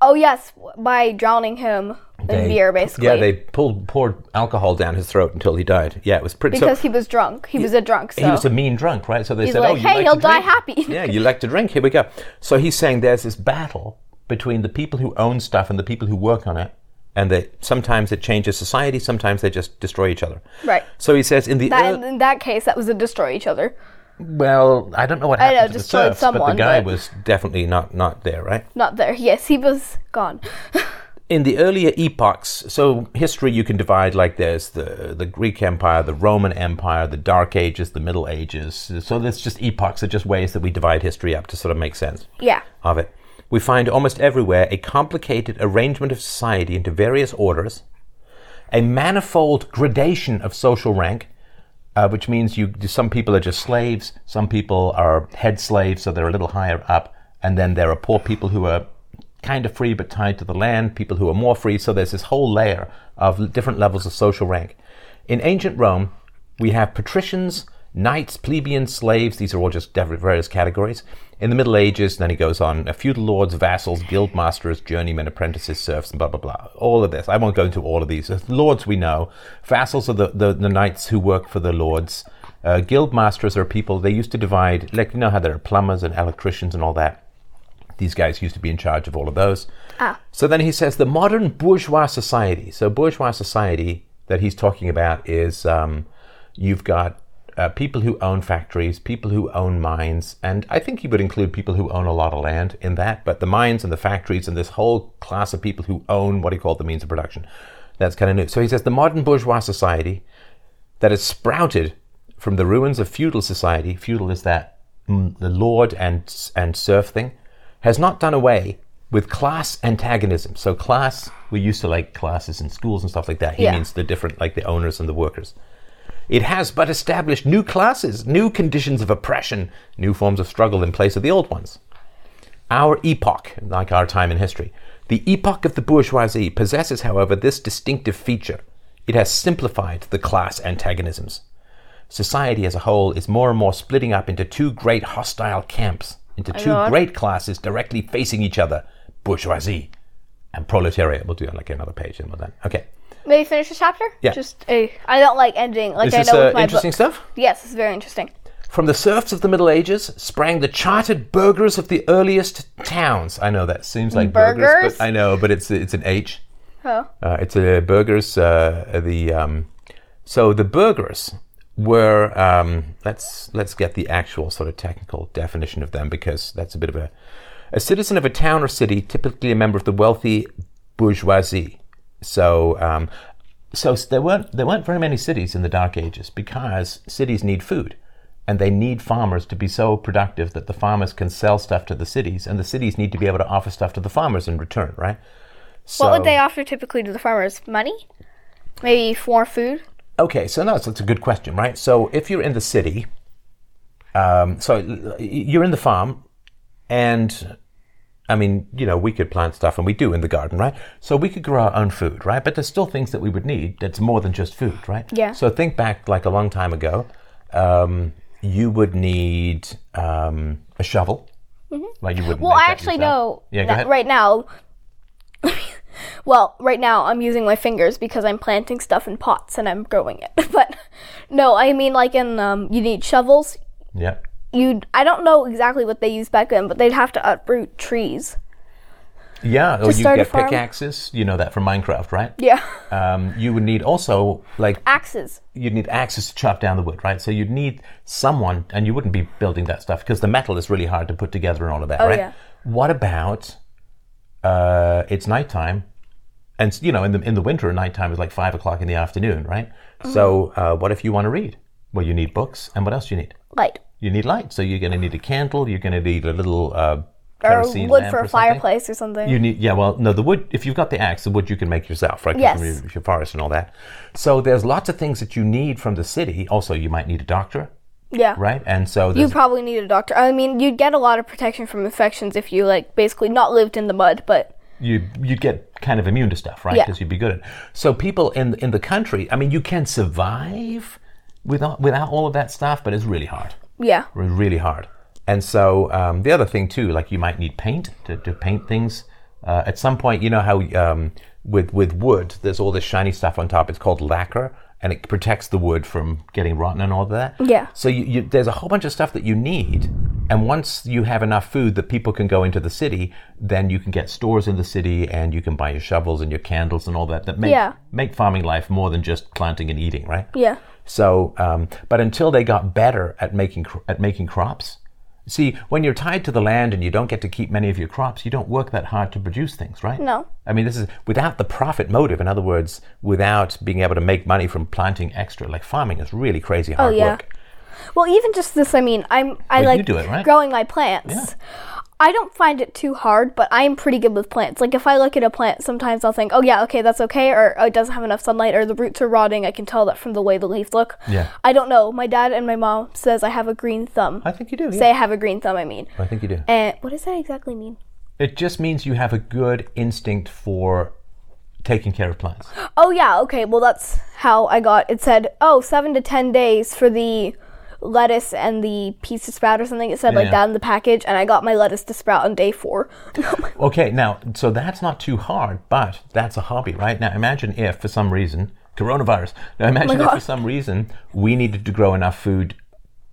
B: Oh yes, by drowning him in
A: They-
B: beer, basically.
A: Yeah, they pulled poured alcohol down his throat until he died. Yeah, it was pretty.
B: because
A: so
B: he was drunk. He was a drunk. So
A: he was a mean drunk, right? So they said,
B: like,
A: "Oh, you
B: "Hey,
A: like
B: he'll
A: to
B: die
A: drink."
B: happy. [laughs]
A: yeah, you like to drink. Here we go. So he's saying there's this battle between the people who own stuff and the people who work on it, and they sometimes it changes society, sometimes they just destroy each other.
B: Right.
A: So he says in the
B: that,
A: ear-
B: in that case, that was to destroy each other,
A: well, I don't know what
B: know,
A: happened to the
B: destroyed
A: serfs, but the
B: someone,
A: guy
B: but-
A: was definitely not not there, right?
B: not there. Yes, he was gone. [laughs]
A: in the earlier epochs, so history you can divide like there's the the Greek Empire, the Roman Empire, the Dark Ages, the Middle Ages. So there's just epochs, are just ways that we divide history up to sort of make sense
B: yeah.
A: of it. We find almost everywhere a complicated arrangement of society into various orders, a manifold gradation of social rank, uh, which means you some people are just slaves, some people are head slaves, so they're a little higher up, and then there are poor people who are kind of free but tied to the land, people who are more free. So there's this whole layer of l- different levels of social rank. In ancient Rome, we have patricians, knights, plebeians, slaves. These are all just diff- various categories. In the Middle Ages, then he goes on uh, feudal lords, vassals, guild masters, journeymen, apprentices, serfs, and blah, blah, blah. All of this. I won't go into all of these. Uh, Lords we know. Vassals are the, the, the knights who work for the lords. Uh, guild masters are people, they used to divide, like, you know how there are plumbers and electricians and all that these guys used to be in charge of all of those. So then he says the modern bourgeois society. So bourgeois society that he's talking about is um, you've got uh, people who own factories, people who own mines, and I think he would include people who own a lot of land in that. But the mines and the factories and this whole class of people who own what he called the means of production. That's kind of new. So he says the modern bourgeois society that has sprouted from the ruins of feudal society. Feudal is that mm, the lord and and serf thing has not done away with class antagonism. So class, we used to like classes in schools and stuff like that. He
B: Yeah.
A: means the different, like the owners and the workers. It has but established new classes, new conditions of oppression, new forms of struggle in place of the old ones. Our epoch, like our time in history, the epoch of the bourgeoisie possesses, however, this distinctive feature. It has simplified the class antagonisms. Society as a whole is more and more splitting up into two great hostile camps, into two
B: know.
A: great classes directly facing each other bourgeoisie and proletariat. We'll do like another page and we're done. Okay.
B: May we finish this chapter?
A: Yeah.
B: Just a, I don't like ending. Like
A: Is
B: I
A: this
B: know
A: uh,
B: with my
A: interesting
B: book.
A: stuff?
B: Yes, it's very interesting.
A: From the serfs of the Middle Ages sprang the chartered burghers of the earliest towns. I know that seems like burgers,
B: Burgers?
A: but I know, but it's it's an H.
B: Oh.
A: Uh, it's a burgers. Uh, the um, so the burgers were um, let's let's get the actual sort of technical definition of them because that's a bit of a a citizen of a town or city, typically a member of the wealthy bourgeoisie. So um, so s- there weren't there weren't very many cities in the Dark Ages because cities need food. And they need farmers to be so productive that the farmers can sell stuff to the cities, and the cities need to be able to offer stuff to the farmers in return, right?
B: What
A: So-
B: would they offer typically to the farmers? Money? Maybe more food?
A: Okay, so no, that's, that's a good question, right? So if you're in the city, um, so l- l- you're in the farm, and I mean, you know, we could plant stuff, and we do in the garden, right? So we could grow our own food, right? But there's still things that we would need that's more than just food, right?
B: Yeah.
A: So think back like a long time ago, um, you would need um, a shovel. Like you would.
B: Mm-hmm. Well, I actually know
A: Yeah, go
B: that
A: ahead.
B: right now. [laughs] well, right now I'm using my fingers because I'm planting stuff in pots and I'm growing it. [laughs] But no, I mean like in um, you need shovels.
A: Yeah.
B: You I don't know exactly what they used back then, but they'd have to uproot trees.
A: Yeah, or you
B: start a
A: get
B: farm.
A: pickaxes. You know that from Minecraft, right?
B: Yeah, [laughs]
A: Um, you would need also like
B: axes.
A: you'd need axes to chop down the wood, right? So you'd need someone, and you wouldn't be building that stuff because the metal is really hard to put together and all of that, right?
B: Oh, yeah.
A: What about uh, it's nighttime, and you know, in the in the winter, nighttime is like five o'clock in the afternoon, right?
B: Mm-hmm.
A: So uh, what if you want to read? Well, you need books, and what else do you need?
B: Light.
A: You need light, so you're going to need a candle. You're going to need a little uh,
B: Or
A: kerosene
B: wood
A: lamp
B: for
A: or
B: a
A: something.
B: fireplace or something.
A: You need, yeah, well, no, the wood, if you've got the axe, the wood you can make yourself, right? 'Cause
B: Yes.
A: From your, your forest and all that. So there's lots of things that you need from the city. Also, you might need a doctor,
B: yeah.
A: right? And so
B: You
A: there's,
B: probably need a doctor. I mean, you'd get a lot of protection from infections if you like basically not lived in the mud, but
A: you, you'd get kind of immune to stuff, right?
B: Yeah.
A: Because you'd be good at So people in, in the country, I mean, you can survive without, without all of that stuff, but it's really hard.
B: yeah.
A: Re- Really hard. And so um, the other thing, too, like you might need paint to, to paint things. Uh, at some point, you know how um, with, with wood, there's all this shiny stuff on top. It's called lacquer, and it protects the wood from getting rotten and all that.
B: Yeah.
A: So you, you, there's a whole bunch of stuff that you need. And once you have enough food that people can go into the city, then you can get stores in the city and you can buy your shovels and your candles and all that that make,
B: Yeah.
A: make farming life more than just planting and eating, right?
B: Yeah.
A: So, um, but until they got better at making cr- at making crops, see, when you're tied to the land and you don't get to keep many of your crops, you don't work that hard to produce things, right?
B: No.
A: I mean, this is without the profit motive. In other words, without being able to make money from planting extra, like farming is really crazy hard
B: Oh, yeah.
A: work.
B: Well, even just this, I mean, I'm I
A: Well, you
B: like
A: do it, right?
B: growing my plants. I don't find it too hard, but I am pretty good with plants. Like if I look at a plant, sometimes I'll think, "Oh yeah, okay, that's okay," or "Oh, it doesn't have enough sunlight," or "The roots are rotting." I can tell that from the way the leaves look.
A: Yeah.
B: I don't know. My dad and my mom says I have a green thumb.
A: I think you do.
B: Say I
A: Yeah.
B: have a green thumb. I mean,
A: I think you do.
B: and what does that exactly mean?
A: It just means you have a good instinct for taking care of plants.
B: Oh yeah, okay. Well, that's how I got. It said, "Oh, seven to ten days for the lettuce and the piece to sprout or something." It said like
A: Yeah.
B: that in the package, and I got my lettuce to sprout on day four. [laughs]
A: Okay, now, so that's not too hard, but that's a hobby, right? Now, imagine if for some reason, coronavirus, now imagine if for
B: Oh God.
A: some reason we needed to grow enough food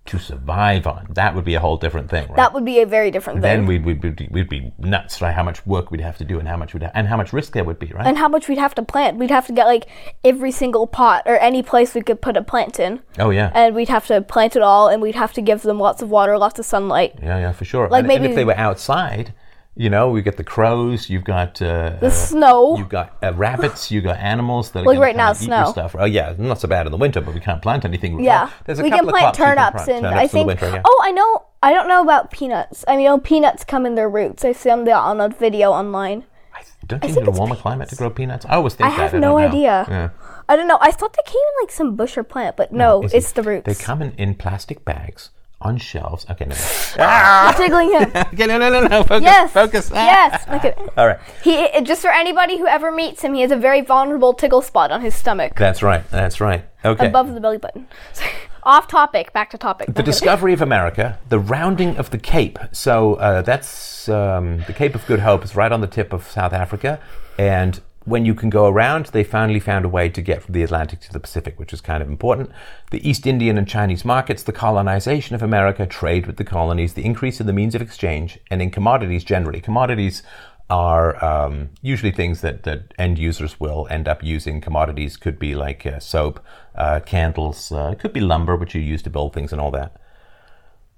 A: to survive on. That would be a whole different thing, right?
B: that would be a very different thing.
A: then we'd, we'd, be, we'd be nuts, right? How much work we'd have to do and how much we'd ha- and how much risk there would be, right?
B: and how much we'd have to plant? We'd have to get like every single pot or any place we could put a plant in,
A: oh, yeah.
B: and we'd have to plant it all, and we'd have to give them lots of water, lots of sunlight.
A: yeah, yeah, for sure.
B: Like
A: and, and
B: maybe-
A: if they were outside, you know, we get the crows, you've got uh,
B: The snow.
A: You've got uh, rabbits. You've got animals that are
B: Like
A: gonna
B: right
A: come
B: now,
A: and eat your
B: snow.
A: stuff. Oh yeah, not so bad in the winter, but we can't plant anything.
B: Yeah,
A: Well, there's a
B: we can
A: couple
B: plant
A: of crops you can
B: turnips,
A: plant
B: and
A: turnips
B: I
A: in
B: think.
A: the winter. Yeah.
B: Oh, I know. I don't know about peanuts. I mean, oh, peanuts come in their roots. I've seen that on a video online.
A: I- don't you
B: think
A: need a
B: it's
A: warmer climate to grow peanuts? I always think
B: I
A: that.
B: have
A: don't
B: no
A: know.
B: idea.
A: Yeah.
B: I don't know. I thought they came in like some bush or plant, but no,
A: Is it-
B: it's the roots.
A: They come in, in plastic bags on shelves. Okay, no,
B: [laughs]
A: no. [laughs]
B: I'm tickling him.
A: okay, no, no, no, no. Focus,
B: Yes.
A: focus. Ah. [laughs]
B: Yes. Look at
A: All right.
B: he. Just for anybody who ever meets him, he has a very vulnerable tickle spot on his stomach
A: That's right. That's right. Okay.
B: above the belly button. [laughs] Off topic. Back to topic.
A: the discovery of America, the rounding of the Cape. So uh, that's um, the Cape of Good Hope is right on the tip of South Africa, and when you can go around, they finally found a way to get from the Atlantic to the Pacific, which is kind of important. The East Indian and Chinese markets, the colonization of America, trade with the colonies, the increase in the means of exchange, and in commodities generally. Commodities are um, usually things that, that end users will end up using. Commodities could be like uh, soap, uh, candles, uh, it could be lumber, which you use to build things and all that.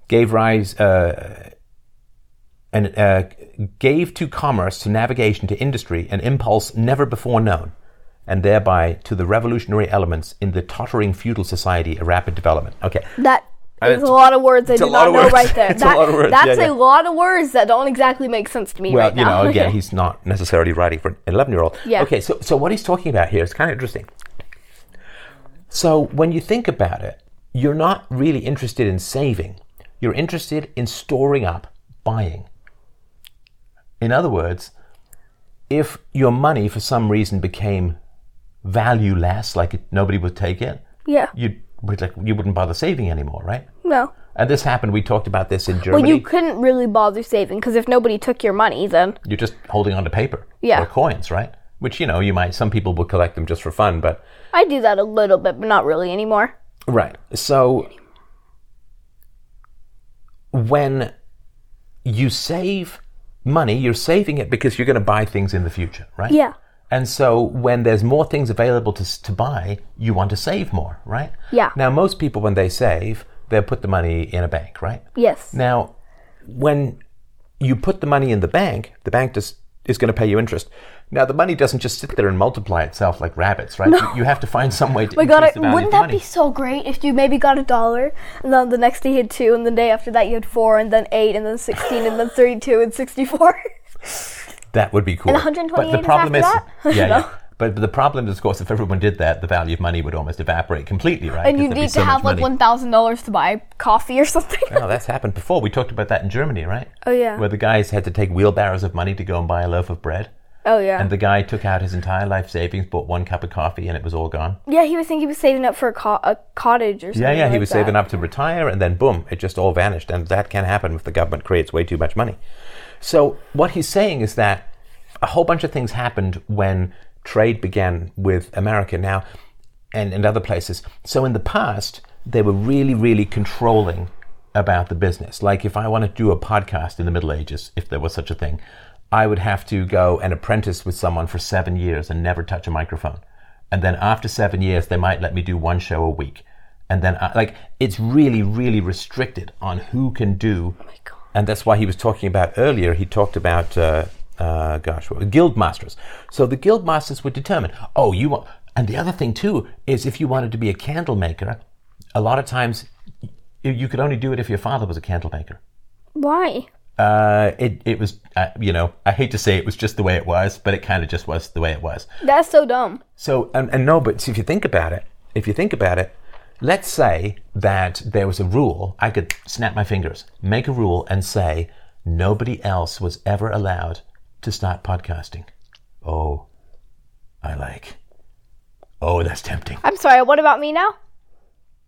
A: Gave rise uh, and uh, gave to commerce, to navigation, to industry an impulse never before known, and thereby to the revolutionary elements in the tottering feudal society a rapid development. Okay,
B: That
A: I mean,
B: is a lot of words I
A: it's a
B: do
A: lot
B: not
A: of
B: know
A: words.
B: right
A: [laughs]
B: there.
A: It's a lot of words,
B: That's
A: yeah, yeah.
B: a lot of words that don't exactly make sense to me
A: Well,
B: right
A: you
B: now. [laughs]
A: know, again, he's not necessarily writing for an 11 year old.
B: Yeah.
A: Okay, so, so what he's talking about here is kind of interesting. So when you think about it, you're not really interested in saving, you're interested in storing up buying. In other words, if your money for some reason became valueless, like it, nobody would take it,
B: yeah.
A: you'd, we'd like, you wouldn't bother saving anymore, right?
B: No.
A: And this happened. We talked about this in Germany.
B: Well, you couldn't really bother saving because if nobody took your money, then
A: you're just holding on to paper
B: Yeah.
A: or coins, right? Which you know you might some people will collect them just for fun, but
B: I do that a little bit, but not really anymore.
A: right. So when you save money, you're saving it because you're going to buy things in the future, right?
B: Yeah.
A: And so when there's more things available to, s- to buy, you want to save more, right?
B: Yeah.
A: Now most people when they save, they'll put the money in a bank, right?
B: Yes. Oh
A: Now, when you put the money in the bank, the bank just is going to pay you interest. Now, the money doesn't just sit there and multiply itself like rabbits, right? You, you have to find some
B: [laughs]
A: way to
B: I
A: increase
B: got it.
A: the value
B: Wouldn't
A: of
B: that
A: money.
B: be so great if you maybe got a dollar, and then the next day you had two, and the day after that you had four, and then eight, and then sixteen, and then thirty-two, and sixty-four. [laughs]
A: that would be cool.
B: And 128
A: but the
B: is
A: problem
B: after that?
A: is, [laughs]
B: [laughs]
A: yeah, yeah. But the problem is, of course, if everyone did that, the value of money would almost evaporate completely, right?
B: and you
A: 'Cause there'd be
B: need
A: so
B: to
A: much
B: have like
A: money.
B: one thousand dollars to buy coffee or [laughs] something.
A: Oh, that's happened before. We talked about that in Germany, right?
B: Oh, yeah.
A: Where the guys had to take wheelbarrows of money to go and buy a loaf of bread.
B: oh yeah.
A: And the guy took out his entire life savings, bought one cup of coffee, and it was all gone.
B: yeah, he was thinking he was saving up for a, co- a cottage or something.
A: Yeah, yeah, he
B: like
A: was
B: that.
A: saving up to retire, and then boom, it just all vanished. And that can happen if the government creates way too much money. So, what he's saying is that a whole bunch of things happened when trade began with America now and, and other places. So, in the past, they were really, really controlling about the business. Like, if I want to do a podcast in the Middle Ages, if there was such a thing, I would have to go and apprentice with someone for seven years and never touch a microphone. And then after seven years, they might let me do one show a week. And then, I, like, it's really, really restricted on who can do and that's why he was talking about earlier. He talked about, uh, uh, gosh, what, guild masters. So the guild masters would determine, oh, you want. And the other thing too is if you wanted to be a candle maker, a lot of times y- you could only do it if your father was a candle maker.
B: Why?
A: Uh, it it was uh, you know I hate to say it was just the way it was, but it kind of just was the way it was.
B: That's so dumb.
A: So, and, and no, but if you think about it, if you think about it, let's say that there was a rule, I could snap my fingers, make a rule, and say nobody else was ever allowed to start podcasting. Oh, I like. Oh, that's tempting.
B: I'm sorry. What about me now?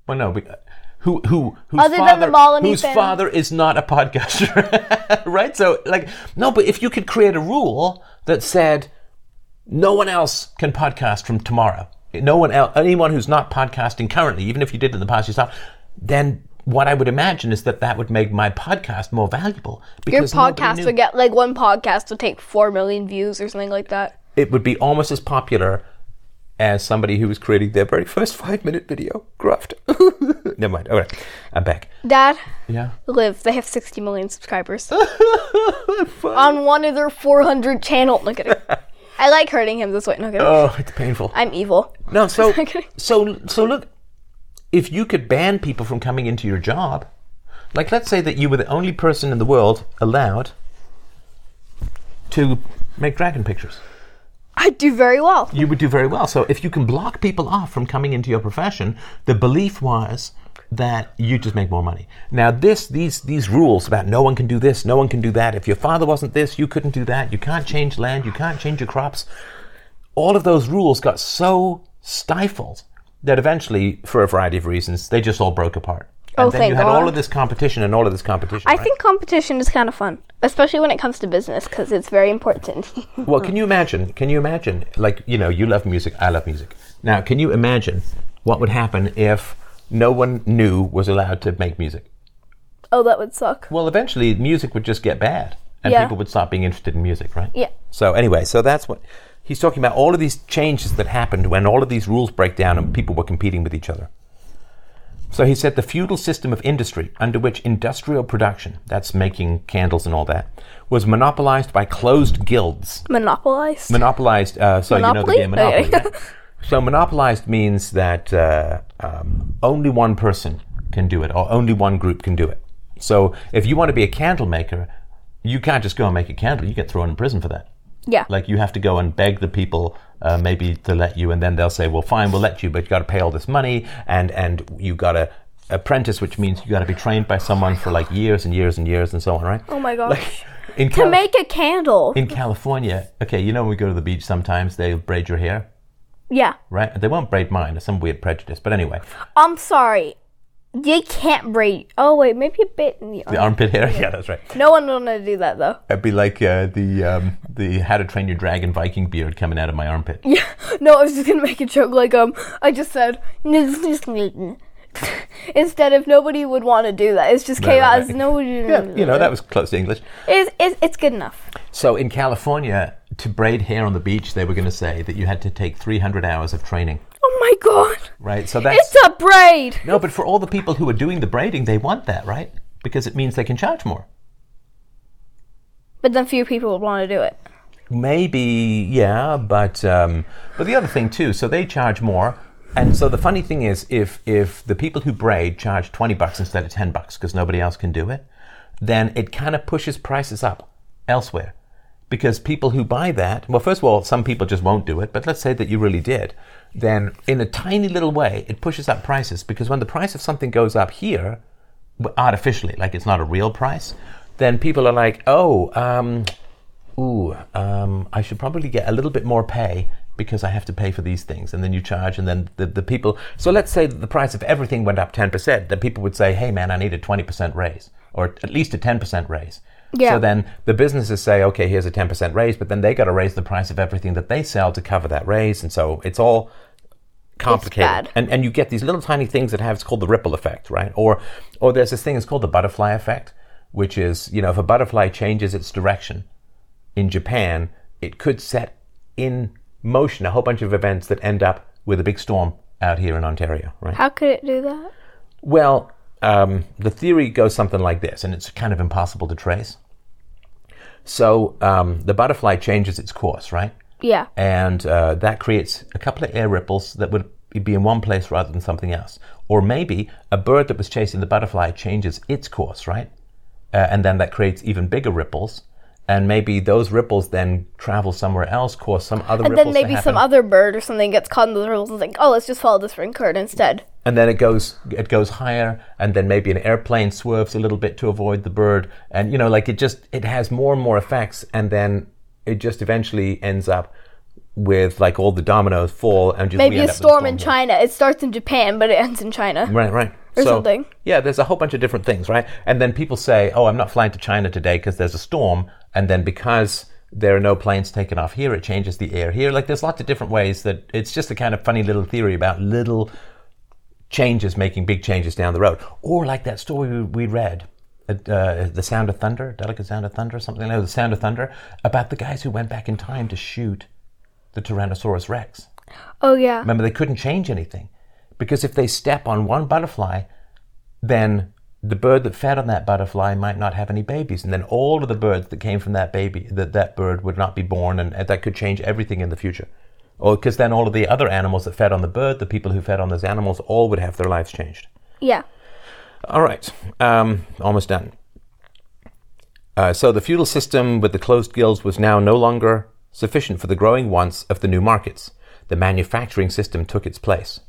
A: Well, no, but uh, who who whose
B: Other than
A: father,
B: the Molony
A: whose
B: family.
A: father is not a podcaster, [laughs] right? So, like, no, but if you could create a rule that said no one else can podcast from tomorrow, no one else, anyone who's not podcasting currently, even if you did in the past yourself, then what I would imagine is that that would make my podcast more valuable
B: Your
A: because nobody
B: podcast
A: knew.
B: would get like one podcast would take four million views or something like that.
A: it would be almost as popular as somebody who was creating their very first five minute video. Gruffed. [laughs] Never mind. All right, I'm back.
B: Dad,
A: Yeah.
B: live. They have 60 million
A: [laughs]
B: subscribers on one of their 400 channel.
A: [laughs]
B: No kidding. I like hurting him this way. No kidding.
A: Oh, it's painful.
B: I'm evil.
A: No, so
B: Okay.
A: so so look, if you could ban people from coming into your job, like let's say that you were the only person in the world allowed to make dragon pictures,
B: I do very well.
A: you would do very well. So if you can block people off from coming into your profession, the belief was that you just make more money. Now, this these these rules about no one can do this, no one can do that. If your father wasn't this, you couldn't do that. You can't change land. You can't change your crops. All of those rules got so stifled that eventually, for a variety of reasons, they just all broke apart. And
B: Oh,
A: then
B: thank
A: you had
B: God.
A: all of this competition and all of this competition.
B: I
A: right?
B: think competition is kind of fun, especially when it comes to business, because it's very important. [laughs]
A: Well, can you imagine? Can you imagine? Like, you know, you love music, I love music. Now, can you imagine what would happen if no one knew was allowed to make music?
B: oh, that would suck.
A: Well, eventually, music would just get bad, and
B: Yeah.
A: people would stop being interested in music, right?
B: Yeah.
A: So anyway, so that's what he's talking about. All of these changes that happened when all of these rules break down and people were competing with each other. So he said the feudal system of industry, under which industrial production, that's making candles and all that, was monopolized by closed guilds.
B: Monopolized.
A: Monopolized, uh, so you know the game
B: Monopoly?
A: Monopoly. right? so monopolized means that uh, um, only one person can do it, or only one group can do it. So if you want to be a candle maker, you can't just go and make a candle. You get thrown in prison for that.
B: yeah.
A: Like you have to go and beg the people uh, maybe to let you, and then they'll say, "Well, fine, we'll let you, but you got to pay all this money, and and you got to apprentice, which means you got to be trained by someone for like years and years and years and so on, right?"
B: oh my gosh.
A: in
B: to
A: Cali-
B: make a candle.
A: uh, in California, okay, you know when we go to the beach sometimes they braid your hair,
B: yeah.
A: right? They won't braid mine. There's some weird prejudice, but anyway,
B: I'm sorry. You can't braid. Oh wait, maybe a bit in the.
A: the
B: arm.
A: armpit hair. [laughs] Yeah, that's right.
B: No one wanna do that though.
A: It'd be like uh, the um, the How to Train Your Dragon Viking beard coming out of my armpit.
B: Yeah. No, I was just gonna make a joke like um I just said [laughs] instead of nobody would want to do that. It's just
A: Right, right,
B: chaos.
A: right.
B: Nobody.
A: Yeah, you know that was close to English.
B: It's, it's it's good enough.
A: So in California, to braid hair on the beach, they were going to say that you had to take 300 hours of training,
B: Oh my god.
A: right?
B: [laughs]
A: So that's
B: It's a braid.
A: no, but for all the people who are doing the braiding, they want that, right? Because it means they can charge more.
B: But then few people would want to do it.
A: Maybe, yeah, but um, but the other thing too. So they charge more, and so the funny thing is, if if the people who braid charge twenty bucks instead of ten bucks because nobody else can do it, then it kind of pushes prices up elsewhere, because people who buy that, well, first of all, some people just won't do it. But let's say that you really did, then in a tiny little way, it pushes up prices because when the price of something goes up here, w- artificially, like it's not a real price, then people are like, oh, um, ooh, um, I should probably get a little bit more pay because I have to pay for these things. And then you charge, and then the, the people. So let's say that the price of everything went up 10%, then people would say, hey, man, I need a 20% raise or at least a 10% raise.
B: Yeah.
A: So then the businesses say, okay, here's a 10% raise, but then they got to raise the price of everything that they sell to cover that raise. And so it's all complicated.
B: bad.
A: And and you get these little tiny things that have it's called the ripple effect, right? Or or there's this thing it's called the butterfly effect, which is, you know, if a butterfly changes its direction in Japan, it could set in motion a whole bunch of events that end up with a big storm out here in Ontario, right?
B: How could it do that?
A: Well, um, the theory goes something like this, and it's kind of impossible to trace. So um, the butterfly changes its course, right?
B: Yeah.
A: and uh, that creates a couple of air ripples that would be in one place rather than something else. Or maybe a bird that was chasing the butterfly changes its course, right? Uh, and then that creates even bigger ripples. And maybe those ripples then travel somewhere else, cause some other
B: And
A: ripples to
B: then maybe
A: happen.
B: some other bird or something gets caught in the ripples and think, oh, let's just follow this ring current instead.
A: and then it goes it goes higher and then maybe an airplane swerves a little bit to avoid the bird and you know like it just it has more and more effects and then it just eventually ends up with like all the dominoes fall and just we
B: Maybe
A: end
B: a
A: up with a
B: storm in
A: here.
B: China. It starts in Japan, but it ends in China.
A: Right, right.
B: Or something.
A: Yeah, there's a whole bunch of different things, right? And then people say, oh, I'm not flying to China today because there's a storm. And then because there are no planes taking off here, it changes the air here. Like there's lots of different ways that it's just a kind of funny little theory about little changes making big changes down the road. Or like that story we- we read. uh, Uh, the sound of thunder, delicate sound of thunder, something like the sound of thunder, about the guys who went back in time to shoot the Tyrannosaurus Rex.
B: Oh, yeah.
A: Remember, they couldn't change anything because if they step on one butterfly, then the bird that fed on that butterfly might not have any babies, and then all of the birds that came from that baby, that that bird would not be born, and, and that could change everything in the future. Or because then all of the other animals that fed on the bird, the people who fed on those animals, all would have their lives changed.
B: Yeah.
A: All right, um, almost done. Uh, so the feudal system with the closed guilds was now no longer sufficient for the growing wants of the new markets. The manufacturing system took its place.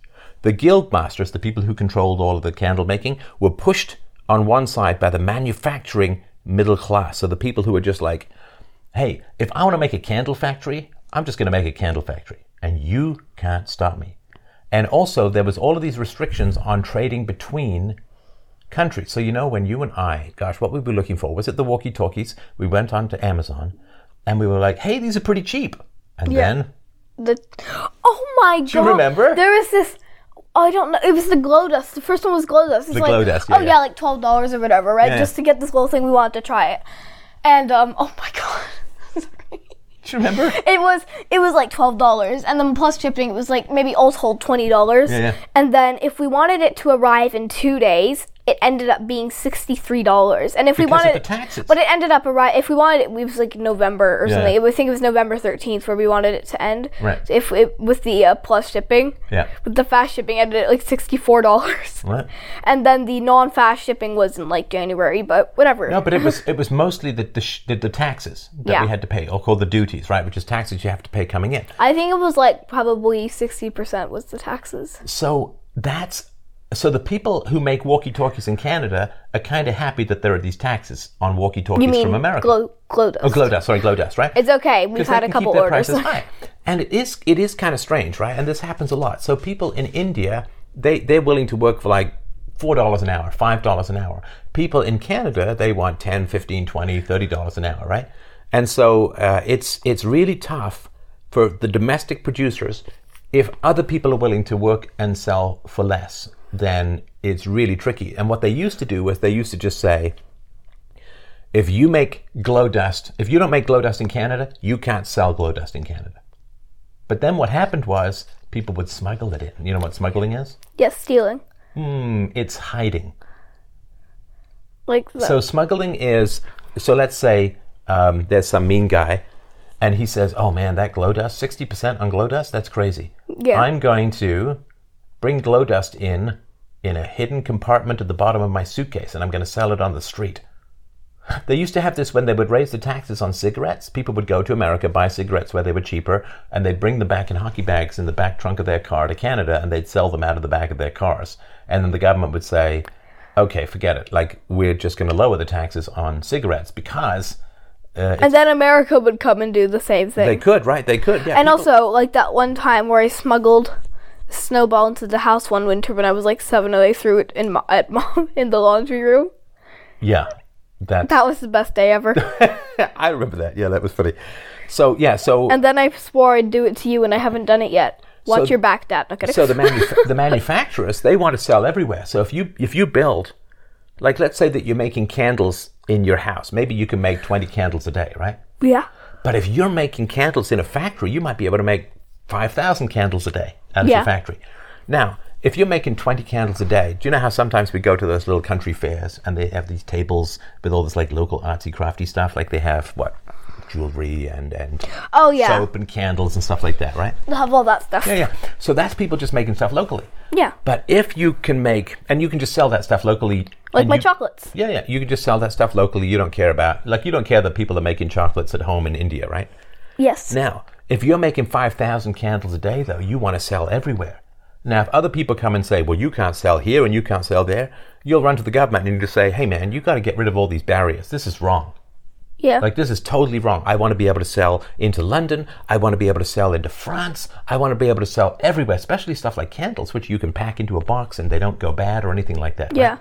A: The guild masters, the people who controlled all of the candle making, were pushed on one side by the manufacturing middle class. So the people who were just like, hey, if I want to make a candle factory, I'm just going to make a candle factory, and you can't stop me. And also, there was all of these restrictions on trading between countries. So you know, when you and I, gosh, what we were looking for was it the walkie-talkies? We went on to Amazon, and we were like, hey, these are pretty cheap. And
B: Yeah.
A: then [laughs]
B: The oh my god!
A: you remember?
B: There was this. I don't know. It was the glow dust. The first one was glow dust. It's
A: The
B: like,
A: glow dust, yeah,
B: oh yeah,
A: yeah.
B: like twelve dollars or whatever, right?
A: Yeah.
B: Just to get this little thing, we wanted to try it. And um, oh my [laughs] god, sorry.
A: do you remember?
B: It was it was like twelve dollars, and then plus shipping, it was like maybe all told twenty dollars.
A: yeah.
B: And then if we wanted it to arrive in two days, it ended up being sixty three dollars. And if we
A: Because of
B: wanted
A: the taxes.
B: but it ended up arrive if we wanted it, it was like November or something. I think it was November thirteenth where we wanted it to end.
A: Right.
B: If it with the uh, plus shipping.
A: Yeah.
B: But the fast shipping ended at like sixty four dollars.
A: Right.
B: And then the non fast shipping was in like January, but whatever.
A: No, but it was it was mostly the the, sh- the, the taxes that
B: Yeah.
A: we had to pay, or called the duties, right? Which is taxes you have to pay coming in.
B: I think it was like probably sixty percent was the taxes.
A: So that's so the people who make walkie-talkies in Canada are kind of happy that there are these taxes on walkie-talkies
B: You mean
A: from America.
B: glow glow dust.
A: oh, glow dust, sorry, glow dust, right?
B: It's okay. We've
A: because they
B: had a
A: can
B: couple
A: keep their
B: orders.
A: prices high. And it is it is kind of strange, right? And this happens a lot. So people in India, they they're willing to work for like four dollars an hour, five dollars an hour. People in Canada, they want 10, 15, 20, 30 dollars an hour, right? And so uh, it's it's really tough for the domestic producers if other people are willing to work and sell for less, then it's really tricky. And what they used to do was they used to just say, if you make glow dust, if you don't make glow dust in Canada, you can't sell glow dust in Canada. But then what happened was people would smuggle it in. You know what smuggling is?
B: [laughs] yes, stealing.
A: Mm, It's hiding.
B: Like the,
A: So smuggling is so. Let's say um, there's some mean guy, and he says, "Oh man, that glow dust, sixty percent on glow dust. That's crazy.
B: Yeah.
A: I'm going to bring glow dust in in a hidden compartment at the bottom of my suitcase, and I'm going to sell it on the street." [laughs] They used to have this when they would raise the taxes on cigarettes. People would go to America, buy cigarettes where they were cheaper, and they'd bring them back in hockey bags in the back trunk of their car to Canada, and they'd sell them out of the back of their cars. And then the government would say, okay, forget it. Like, we're just going to lower the taxes on cigarettes because
B: and then America would come and do the same thing.
A: they could, right? They could. Yeah,
B: and
A: people-
B: also like that one time where I smuggled a snowball into the house one winter when I was like seven, and I threw it in mo- [laughs] at mom in the laundry room.
A: Yeah. That,
B: That was the best day
A: [laughs]
B: ever.
A: I remember that. Yeah, that was funny. So, yeah, so.
B: and then I swore I'd do it to you, and I haven't done it yet. Watch
A: So-
B: your back, Dad. Not gonna.
A: so the manuf- the manufacturers they want to sell everywhere. So if you if you build, like let's say that you're making candles in your house, maybe you can make twenty candles a day, right?
B: [laughs] yeah.
A: But if you're making candles in a factory, you might be able to make 5,000 candles a day out of
B: Yeah.
A: your factory. Now, if you're making 20 candles a day, do you know how sometimes we go to those little country fairs and they have these tables with all this like local artsy crafty stuff? Like they have what? Jewelry and, and
B: Oh yeah.
A: soap and candles and stuff like that, right?
B: They'll have all that stuff.
A: Yeah, yeah. So that's people just making stuff locally.
B: Yeah.
A: But if you can make, and you can just sell that stuff locally.
B: Like
A: and
B: my
A: you-
B: chocolates.
A: yeah, yeah. You can just sell that stuff locally. You don't care about, like, you don't care that people are making chocolates at home in India, right?
B: Yes.
A: Now, if you're making 5,000 candles a day, though, you want to sell everywhere. Now, if other people come and say, well, you can't sell here and you can't sell there, you'll run to the government and just say, hey, man, you got to get rid of all these barriers. This is wrong.
B: yeah.
A: Like, this is totally wrong. I want to be able to sell into London. I want to be able to sell into France. I want to be able to sell everywhere, especially stuff like candles, which you can pack into a box and they don't go bad or anything like that. right?
B: yeah. like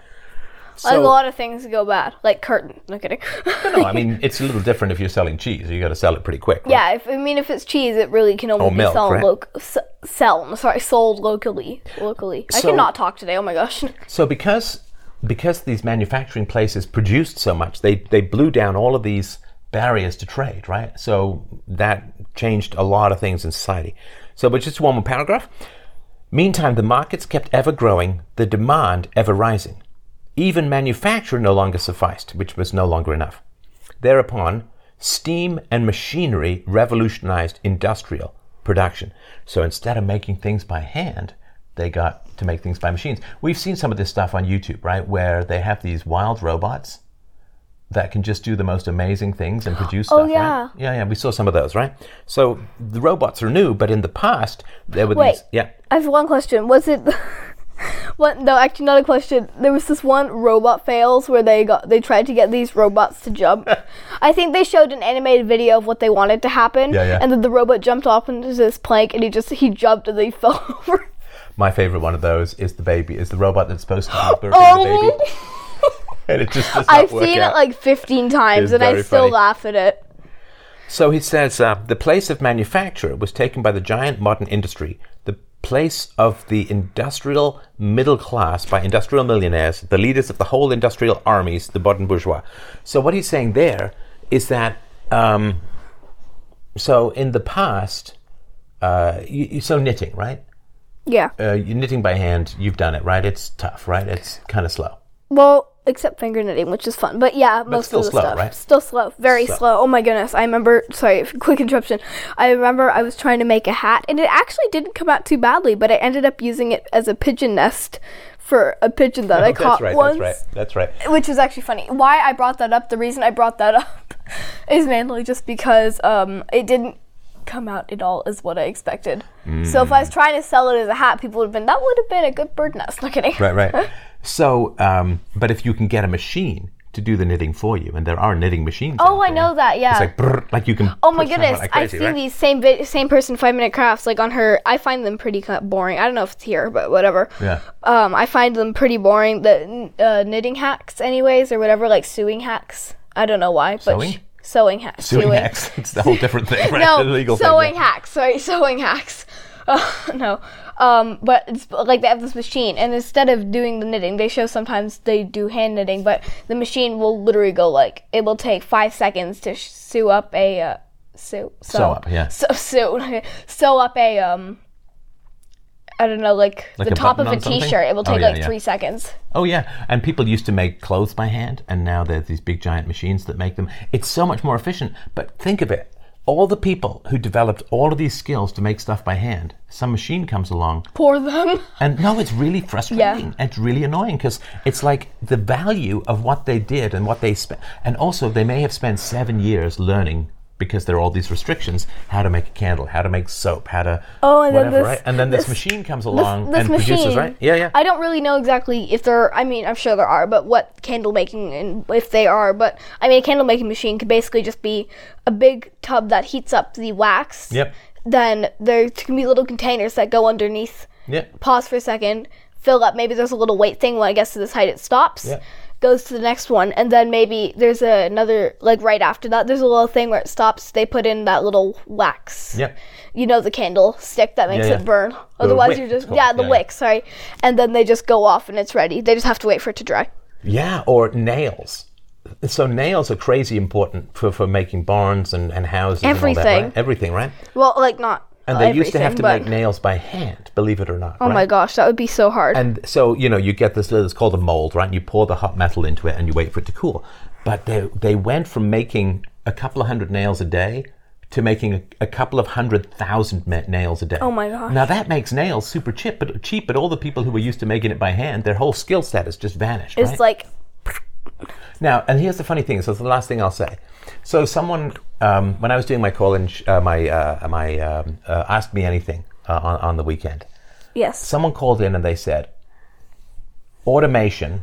A: So-
B: a lot of things go bad, like curtain. No kidding.
A: No,
B: [laughs]
A: I mean, it's a little different if you're selling cheese. you got to sell it pretty quick. right?
B: Yeah, if, I mean, if it's cheese, it really can only
A: Or
B: be
A: Oh, milk,
B: sold,
A: right?
B: loc- s- sell, I'm sorry, sold locally. Locally, I
A: So-
B: cannot talk today. Oh my gosh. [laughs]
A: So because because these manufacturing places produced so much, they they blew down all of these barriers to trade, right? So that changed a lot of things in society. So, but just one more paragraph. Meantime, the markets kept ever growing, the demand ever rising. Even manufacture no longer sufficed, which was no longer enough. Thereupon, steam and machinery revolutionized industrial production. So instead of making things by hand, they got to make things by machines. We've seen some of this stuff on YouTube, right? Where they have these wild robots that can just do the most amazing things and produce
B: [gasps] Oh,
A: stuff.
B: yeah.
A: Right? Yeah, yeah. We saw some of those, right? So the robots are new, but in the past there were
B: Wait.
A: these. Yeah.
B: I have one question. Was it [laughs] what? No, actually, not a question. There was this one robot fails where they got they tried to get these robots
A: [laughs]
B: to jump. I think they showed an animated video of what they wanted to happen,
A: Yeah, yeah.
B: and then the robot jumped off into this plank, and he just he jumped and then he [laughs] fell over.
A: My favorite one of those is the baby. Is the robot that's supposed to
B: [gasps]
A: be burping the baby, and it just does not
B: I've
A: work
B: seen
A: out.
B: it like 15 times,
A: It's
B: and I
A: very
B: still
A: funny.
B: laugh at it.
A: So he says uh, the place of manufacture was taken by the giant modern industry, the place of the industrial middle class by industrial millionaires, the leaders of the whole industrial armies, the modern bourgeois. So what he's saying there is that um, so in the past, uh, you, you so knitting right,
B: Yeah.
A: uh, you knitting by hand, you've done it right. It's tough, right? It's kind of slow.
B: Well, except finger knitting, which is fun. But yeah, most
A: still
B: of the
A: slow,
B: stuff.
A: right?
B: Still slow. Very
A: Slow.
B: slow. Oh my goodness. I remember sorry, [laughs] quick interruption. I remember I was trying to make a hat and it actually didn't come out too badly, but I ended up using it as a pigeon nest for a pigeon that I
A: Oh, that's
B: caught
A: right.
B: once.
A: That's right. That's right.
B: Which is actually funny. Why I brought that up, the reason I brought that [laughs] up is mainly just because um it didn't come out at all is what I expected. So if
A: Mm.
B: I was trying to sell it as a hat, people would have been that would have been a good bird nest. [laughs] Not kidding.
A: Right, right. So, um, but if you can get a machine to do the knitting for you, and there are knitting machines.
B: Oh,
A: out
B: I
A: there.
B: know that, yeah.
A: It's like, brrr, like you can.
B: Oh my
A: push them
B: goodness!
A: like
B: I've
A: crazy,
B: seen
A: right? [laughs]
B: these same vi- same person five minute crafts like on her. I find them pretty ki- boring. I don't know if it's here, but whatever.
A: Yeah.
B: Um, I find them pretty boring. The uh, knitting hacks, anyways, or whatever, like sewing hacks. I don't know why, but
A: Sewing?
B: sh- sewing hacks.
A: Sewing hacks. [laughs] It's a whole different
B: [laughs]
A: thing, right?
B: No,
A: [laughs] The legal thing,
B: sewing
A: yeah.
B: hacks. Sorry, [laughs] sewing hacks. Uh, no, um, but it's like they have this machine, and instead of doing the knitting, they show sometimes they do hand knitting, but the machine will literally go like it will take five seconds to sh- sew up a uh, sew sew,
A: Sew up, yeah.
B: sew [laughs] sew sew up a um. I don't know, like,
A: Like
B: the
A: a
B: top of
A: button
B: a
A: on something?
B: T-shirt. It will
A: Oh,
B: take
A: yeah,
B: like
A: yeah.
B: three seconds.
A: Oh yeah, and people used to make clothes by hand, and now there's these big giant machines that make them. It's so much more efficient. But think of it: all the people who developed all of these skills to make stuff by hand, some machine comes along
B: Pour them. [laughs]
A: And no, it's really frustrating. It's really annoying because it's like the value of what they did and what they spent. And also, they may have spent seven years learning because there are all these restrictions how to make a candle, how to make soap, how to
B: Oh, and then
A: whatever,
B: this-
A: right? And then this, machine comes along
B: this
A: and produces,
B: machine.
A: right? Yeah, yeah.
B: I don't really know exactly if there. I mean, I'm sure there are, but what candle making and if they are, but I mean, a candle making machine could basically just be a big tub that heats up the wax.
A: Yep.
B: Then there can be little containers that go underneath.
A: yeah.
B: Pause for a second. Fill up. Maybe there's a little weight thing. When it gets to this height, it stops.
A: Yep.
B: Goes to the next one, and then maybe there's a, another like right after that. There's a little thing where it stops. They put in that little wax
A: Yep.
B: you know the candle stick that makes
A: Yeah, yeah.
B: it burn. Otherwise,
A: wick,
B: you're
A: it's
B: just
A: called.
B: yeah the
A: Yeah, yeah.
B: wick. Sorry, and then they just go off and it's ready. They just have to wait for it to dry.
A: Yeah, or nails. So nails are crazy important for, for making barns and, and houses and all that,
B: Everything.
A: right? Everything, right?
B: Well, like not.
A: And they used to have to make
B: everything, but-
A: nails by hand, believe it or not.
B: Oh
A: right?
B: my gosh, that would be so hard.
A: And so, you know, you get this little, it's called a mold, right? And you pour the hot metal into it and you wait for it to cool. But they, they went from making a couple of hundred nails a day to making a, a couple of hundred thousand ma- nails a day. Oh
B: my gosh.
A: Now that makes nails super cheap, but cheap, but all the people who were used to making it by hand, their whole skill set has just vanished.
B: it's
A: right?
B: like
A: Now, and here's the funny thing. So it's the last thing I'll say. So someone, um, when I was doing my call in, sh- uh, my uh, my um, uh, asked me anything uh, on, on the weekend
B: yes,
A: someone called in and they said automation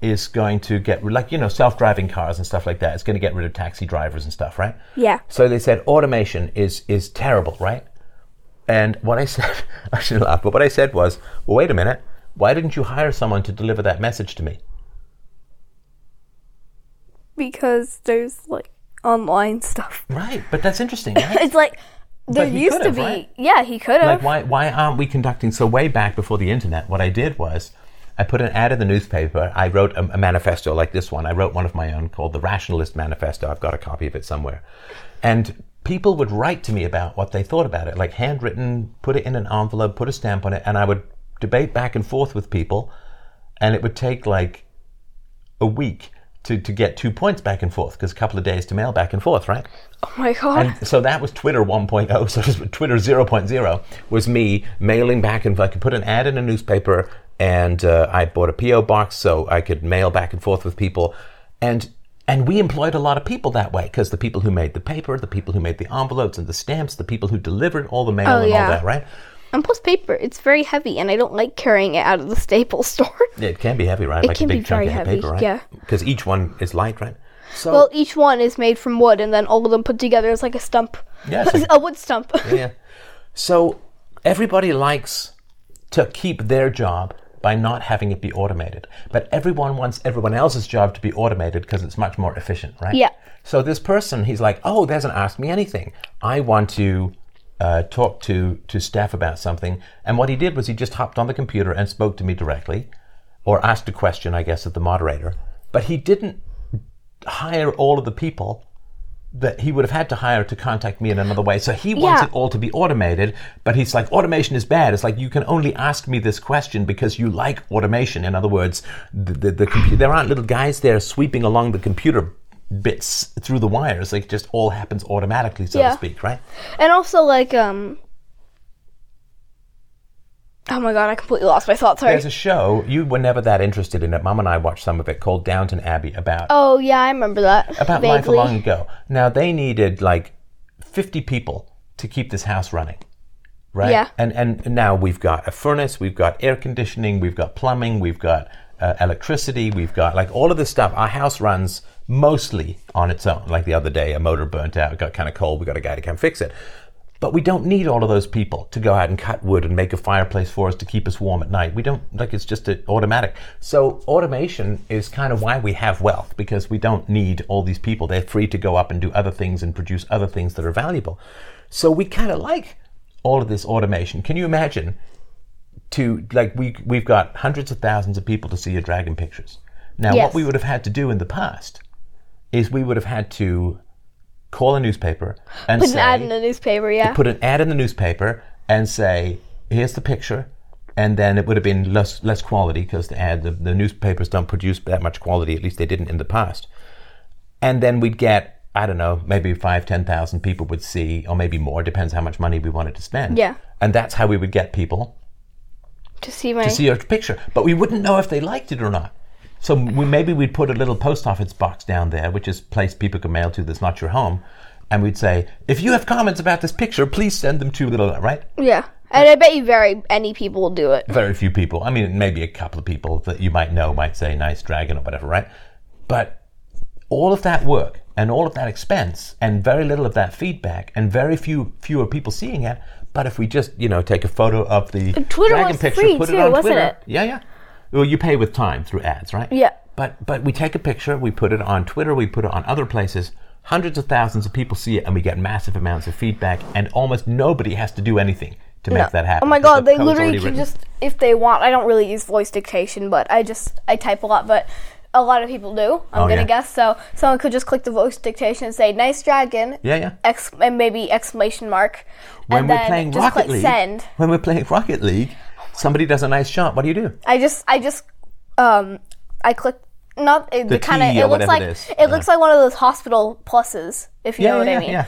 A: is going to get like you know self-driving cars and stuff like that it's going to get rid of taxi drivers and stuff right
B: Yeah.
A: so they said automation is is terrible right and what i [laughs] said i shouldn't laugh but what i said was well wait a minute why didn't you hire someone to deliver that message to me
B: because there's like online stuff. [laughs]
A: right but that's interesting right
B: It's like there
A: he
B: used to
A: could've,
B: be.
A: right?
B: Yeah, he could
A: like
B: have.
A: why why aren't we conducting so way back before the internet what i did was i put an ad in the newspaper i wrote a, a manifesto like this one i wrote one of my own called the rationalist manifesto i've got a copy of it somewhere and people would write to me about what they thought about it like handwritten put it in an envelope put a stamp on it and i would debate back and forth with people and it would take like a week to, to get two points back and forth because a couple of days to mail back and forth right
B: oh my god.
A: and so that was Twitter 1.0. So just Twitter 0.0 was me mailing back and I could put an ad in a newspaper, and uh, I bought a PO box so I could mail back and forth with people, and And we employed a lot of people that way because the people who made the paper, the people who made the envelopes and the stamps, the people who delivered all the mail
B: Oh,
A: and all
B: yeah.
A: that, right?
B: And plus paper, it's very heavy, and I don't like carrying it out of the Staples [laughs] store.
A: It can be heavy, right? It like
B: can
A: a
B: be
A: big chunk
B: very
A: of
B: heavy,
A: paper, right?
B: yeah.
A: Because each one is light, right? So
B: well, each one is made from wood, and then all of them put together is like a stump.
A: Yeah,
B: [laughs]
A: it's like-
B: a wood stump.
A: yeah. So everybody likes to keep their job by not having it be automated. But everyone wants everyone else's job to be automated because it's much more efficient, right?
B: Yeah.
A: So this person, he's like, oh, they hasn't asked me anything. I want to uh, talk to, to staff about something. And what he did was he just hopped on the computer and spoke to me directly or asked a question, I guess, of the moderator. But he didn't hire all of the people that he would have had to hire to contact me in another way. So he wants
B: Yeah.
A: it all to be automated, but he's like, automation is bad. It's like, you can only ask me this question because you like automation. In other words, the, the, the compu- there aren't little guys there sweeping along the computer bits through the wires. Like, it just all happens automatically, so
B: Yeah.
A: to speak, right?
B: And also, like, um. Oh my god, I completely lost my thought. Sorry.
A: There's a show, you were never that interested in it. Mom and I watched some of it called Downton Abbey about
B: oh yeah, I remember that.
A: about life
B: vaguely. [laughs]
A: long ago. Now they needed like 50 people to keep this house running. Right?
B: Yeah.
A: And and now we've got a furnace, we've got air conditioning, we've got plumbing, we've got uh, electricity, we've got like all of this stuff. Our house runs mostly on its own. Like the other day a motor burnt out, it got kind of cold, we got a guy to come fix it. But we don't need all of those people to go out and cut wood and make a fireplace for us to keep us warm at night. We don't like it's just a, automatic. So automation is kind of why we have wealth because we don't need all these people. They're free to go up and do other things and produce other things that are valuable. So we kind of like all of this automation. Can you imagine to like we we've got hundreds of thousands of people to see your dragon pictures. Now
B: Yes.
A: what we would have had to do in the past is we would have had to call a newspaper and
B: Put an
A: say
B: ad in the newspaper, yeah.
A: put an ad in the newspaper and say, "Here's the picture," and then it would have been less less quality because the ad the, the newspapers don't produce that much quality. At least they didn't in the past. And then we'd get I don't know maybe five ten thousand people would see, or maybe more depends how much money we wanted to spend.
B: Yeah.
A: and that's how we would get people
B: to see my.
A: to see our picture, but we wouldn't know if they liked it or not. So we, maybe we'd put a little post office box down there, which is a place people can mail to that's not your home, and we'd say, if you have comments about this picture, please send them to little right.
B: yeah, and I bet you very any people will do it.
A: Very few people. I mean, maybe a couple of people that you might know might say nice dragon or whatever, right? But all of that work and all of that expense and very little of that feedback and very few fewer people seeing it. But if we just you know take a photo of the
B: Twitter
A: dragon
B: was
A: picture,
B: free
A: put
B: too,
A: it on
B: wasn't
A: Twitter,
B: it?
A: yeah, yeah. Well, you pay with time through ads, right?
B: Yeah.
A: But but we take a picture, we put it on Twitter, we put it on other places. Hundreds of thousands of people see it, and we get massive amounts of feedback, and almost nobody has to do anything to make
B: No.
A: that happen.
B: Oh my
A: 'cause
B: god,
A: the
B: they
A: code's already
B: literally can
A: written.
B: just if they want. I don't really use voice dictation, but I just I type a lot, but a lot of people do. I'm
A: Oh,
B: gonna
A: yeah.
B: guess. So someone could just click the voice dictation and say "nice dragon,"
A: yeah yeah.
B: ex- and maybe exclamation mark,
A: when
B: and
A: we're
B: then
A: playing
B: just
A: Rocket
B: click
A: League,
B: send.
A: when we're playing Rocket League, somebody does a nice shot. What do you do?
B: I just I just um I click not it, the,
A: T
B: kind of
A: or
B: it looks
A: whatever it
B: like
A: is,
B: it,
A: yeah.
B: looks like one of those hospital pluses if you know what
A: yeah,
B: I mean. Um,
A: yeah.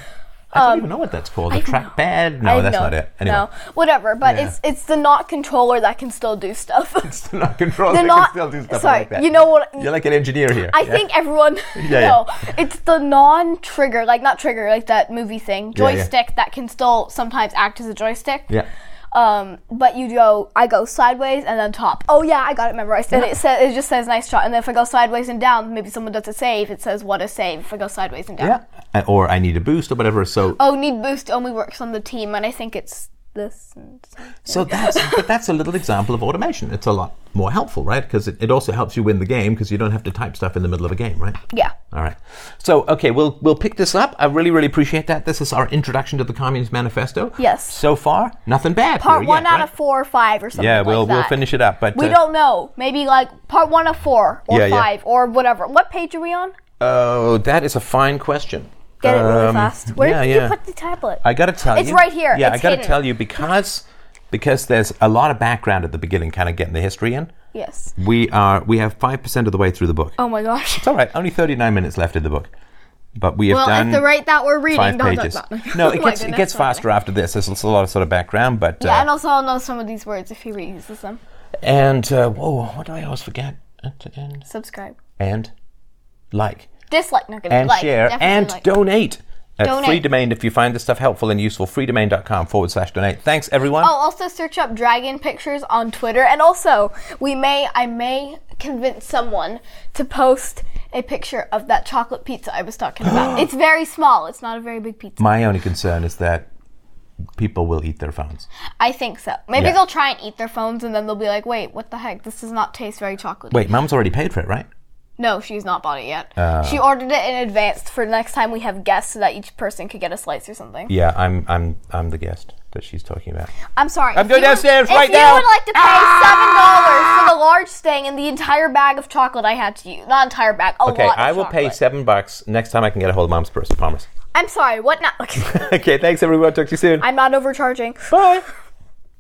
A: I don't even know what that's called. A trackpad? No,
B: I
A: that's
B: know.
A: not it. Anyway,
B: No, whatever. But
A: Yeah.
B: it's it's the not controller that can still do
A: [laughs]
B: stuff.
A: [laughs] it's not control.
B: They're
A: They
B: not-
A: can still do stuff
B: sorry,
A: like that.
B: you know what-
A: You're like an engineer here.
B: I
A: yeah?
B: think
A: [laughs]
B: everyone
A: Yeah, yeah.
B: no. It's the non-trigger, like not trigger, like that movie thing,
A: Yeah, yeah.
B: joystick that can still sometimes act as a joystick.
A: Yeah.
B: Um, but you go, I go sideways and then top. Oh yeah, I got it memorized. And it says it just says nice shot. And then if I go sideways and down, maybe someone does a save. It says what a save. If I go sideways and down.
A: Yeah. Uh, Or I need a boost or whatever. So,
B: Oh, need boost only works on the team, and I think it's this. And
A: so that's but that's a little example of automation. It's a lot more helpful, right? Because it, it also helps you win the game because you don't have to type stuff in the middle of a game, right?
B: yeah.
A: All right. So, okay, we'll we'll pick this up. I really really appreciate that. This is our introduction to the Communist Manifesto.
B: Yes.
A: So far, nothing bad.
B: Part
A: here
B: one
A: yet,
B: out
A: right?
B: of four or five or something.
A: Yeah,
B: like
A: we'll we'll
B: that.
A: finish it up, but
B: We
A: uh,
B: don't know. Maybe like part one of four or
A: Yeah, yeah.
B: five or whatever. What page are we on?
A: Oh, that is a fine question.
B: Get it really
A: Um,
B: fast. Where
A: yeah,
B: did
A: yeah.
B: you put the tablet?
A: I got to tell
B: It's
A: you.
B: right here.
A: Yeah,
B: It's
A: I got to
B: hidden.
A: tell you because because there's a lot of background at the beginning, kind of getting the history in.
B: yes.
A: We are we have five percent of the way through the book.
B: Oh my
A: [laughs]
B: gosh.
A: It's all right. Only thirty nine minutes left in the book, but we have
B: Well,
A: done
B: at the rate that we're reading,
A: five
B: don't-
A: pages.
B: don't- don't- [laughs]
A: No, it
B: my
A: gets it
B: goodness,
A: gets
B: don't-
A: faster after this. There's a lot of sort of background, but
B: Yeah, and
A: uh,
B: also I'll know some of these words if he reuses them.
A: and uh, whoa, what do I always forget at the Uh, end?
B: Subscribe.
A: And like.
B: dislike, not gonna
A: and
B: like,
A: share
B: definitely
A: and
B: like.
A: donate at
B: Donate.
A: free domain if you find this stuff helpful and useful freedomain.com forward slash donate thanks everyone
B: I'll Oh, also search up dragon pictures on Twitter, and also we may, I may convince someone to post a picture of that chocolate pizza I was talking
A: [gasps]
B: about. it's very small. It's not a very big pizza.
A: my only concern is that people will eat their phones
B: I think so. Maybe
A: Yeah.
B: they'll try and eat their phones, and then they'll be like, "Wait, what the heck? This does not taste very chocolatey."
A: wait mom's already paid for it right
B: No, she's not bought it yet.
A: Oh.
B: she ordered it in advance for next time we have guests, so that each person could get a slice or something.
A: yeah i'm i'm i'm the guest that she's talking about
B: I'm sorry. I'm
A: going downstairs right now. Ah!
B: If you would like to pay seven dollars for the large thing and the entire bag of chocolate I had to use, not entire bag, a
A: okay
B: lot.
A: i
B: of
A: will pay
B: chocolate.
A: seven bucks next time i can get a hold of mom's purse promise [laughs]
B: [laughs] I'm sorry. What not?
A: okay thanks everyone talk to you soon
B: I'm not overcharging.
A: bye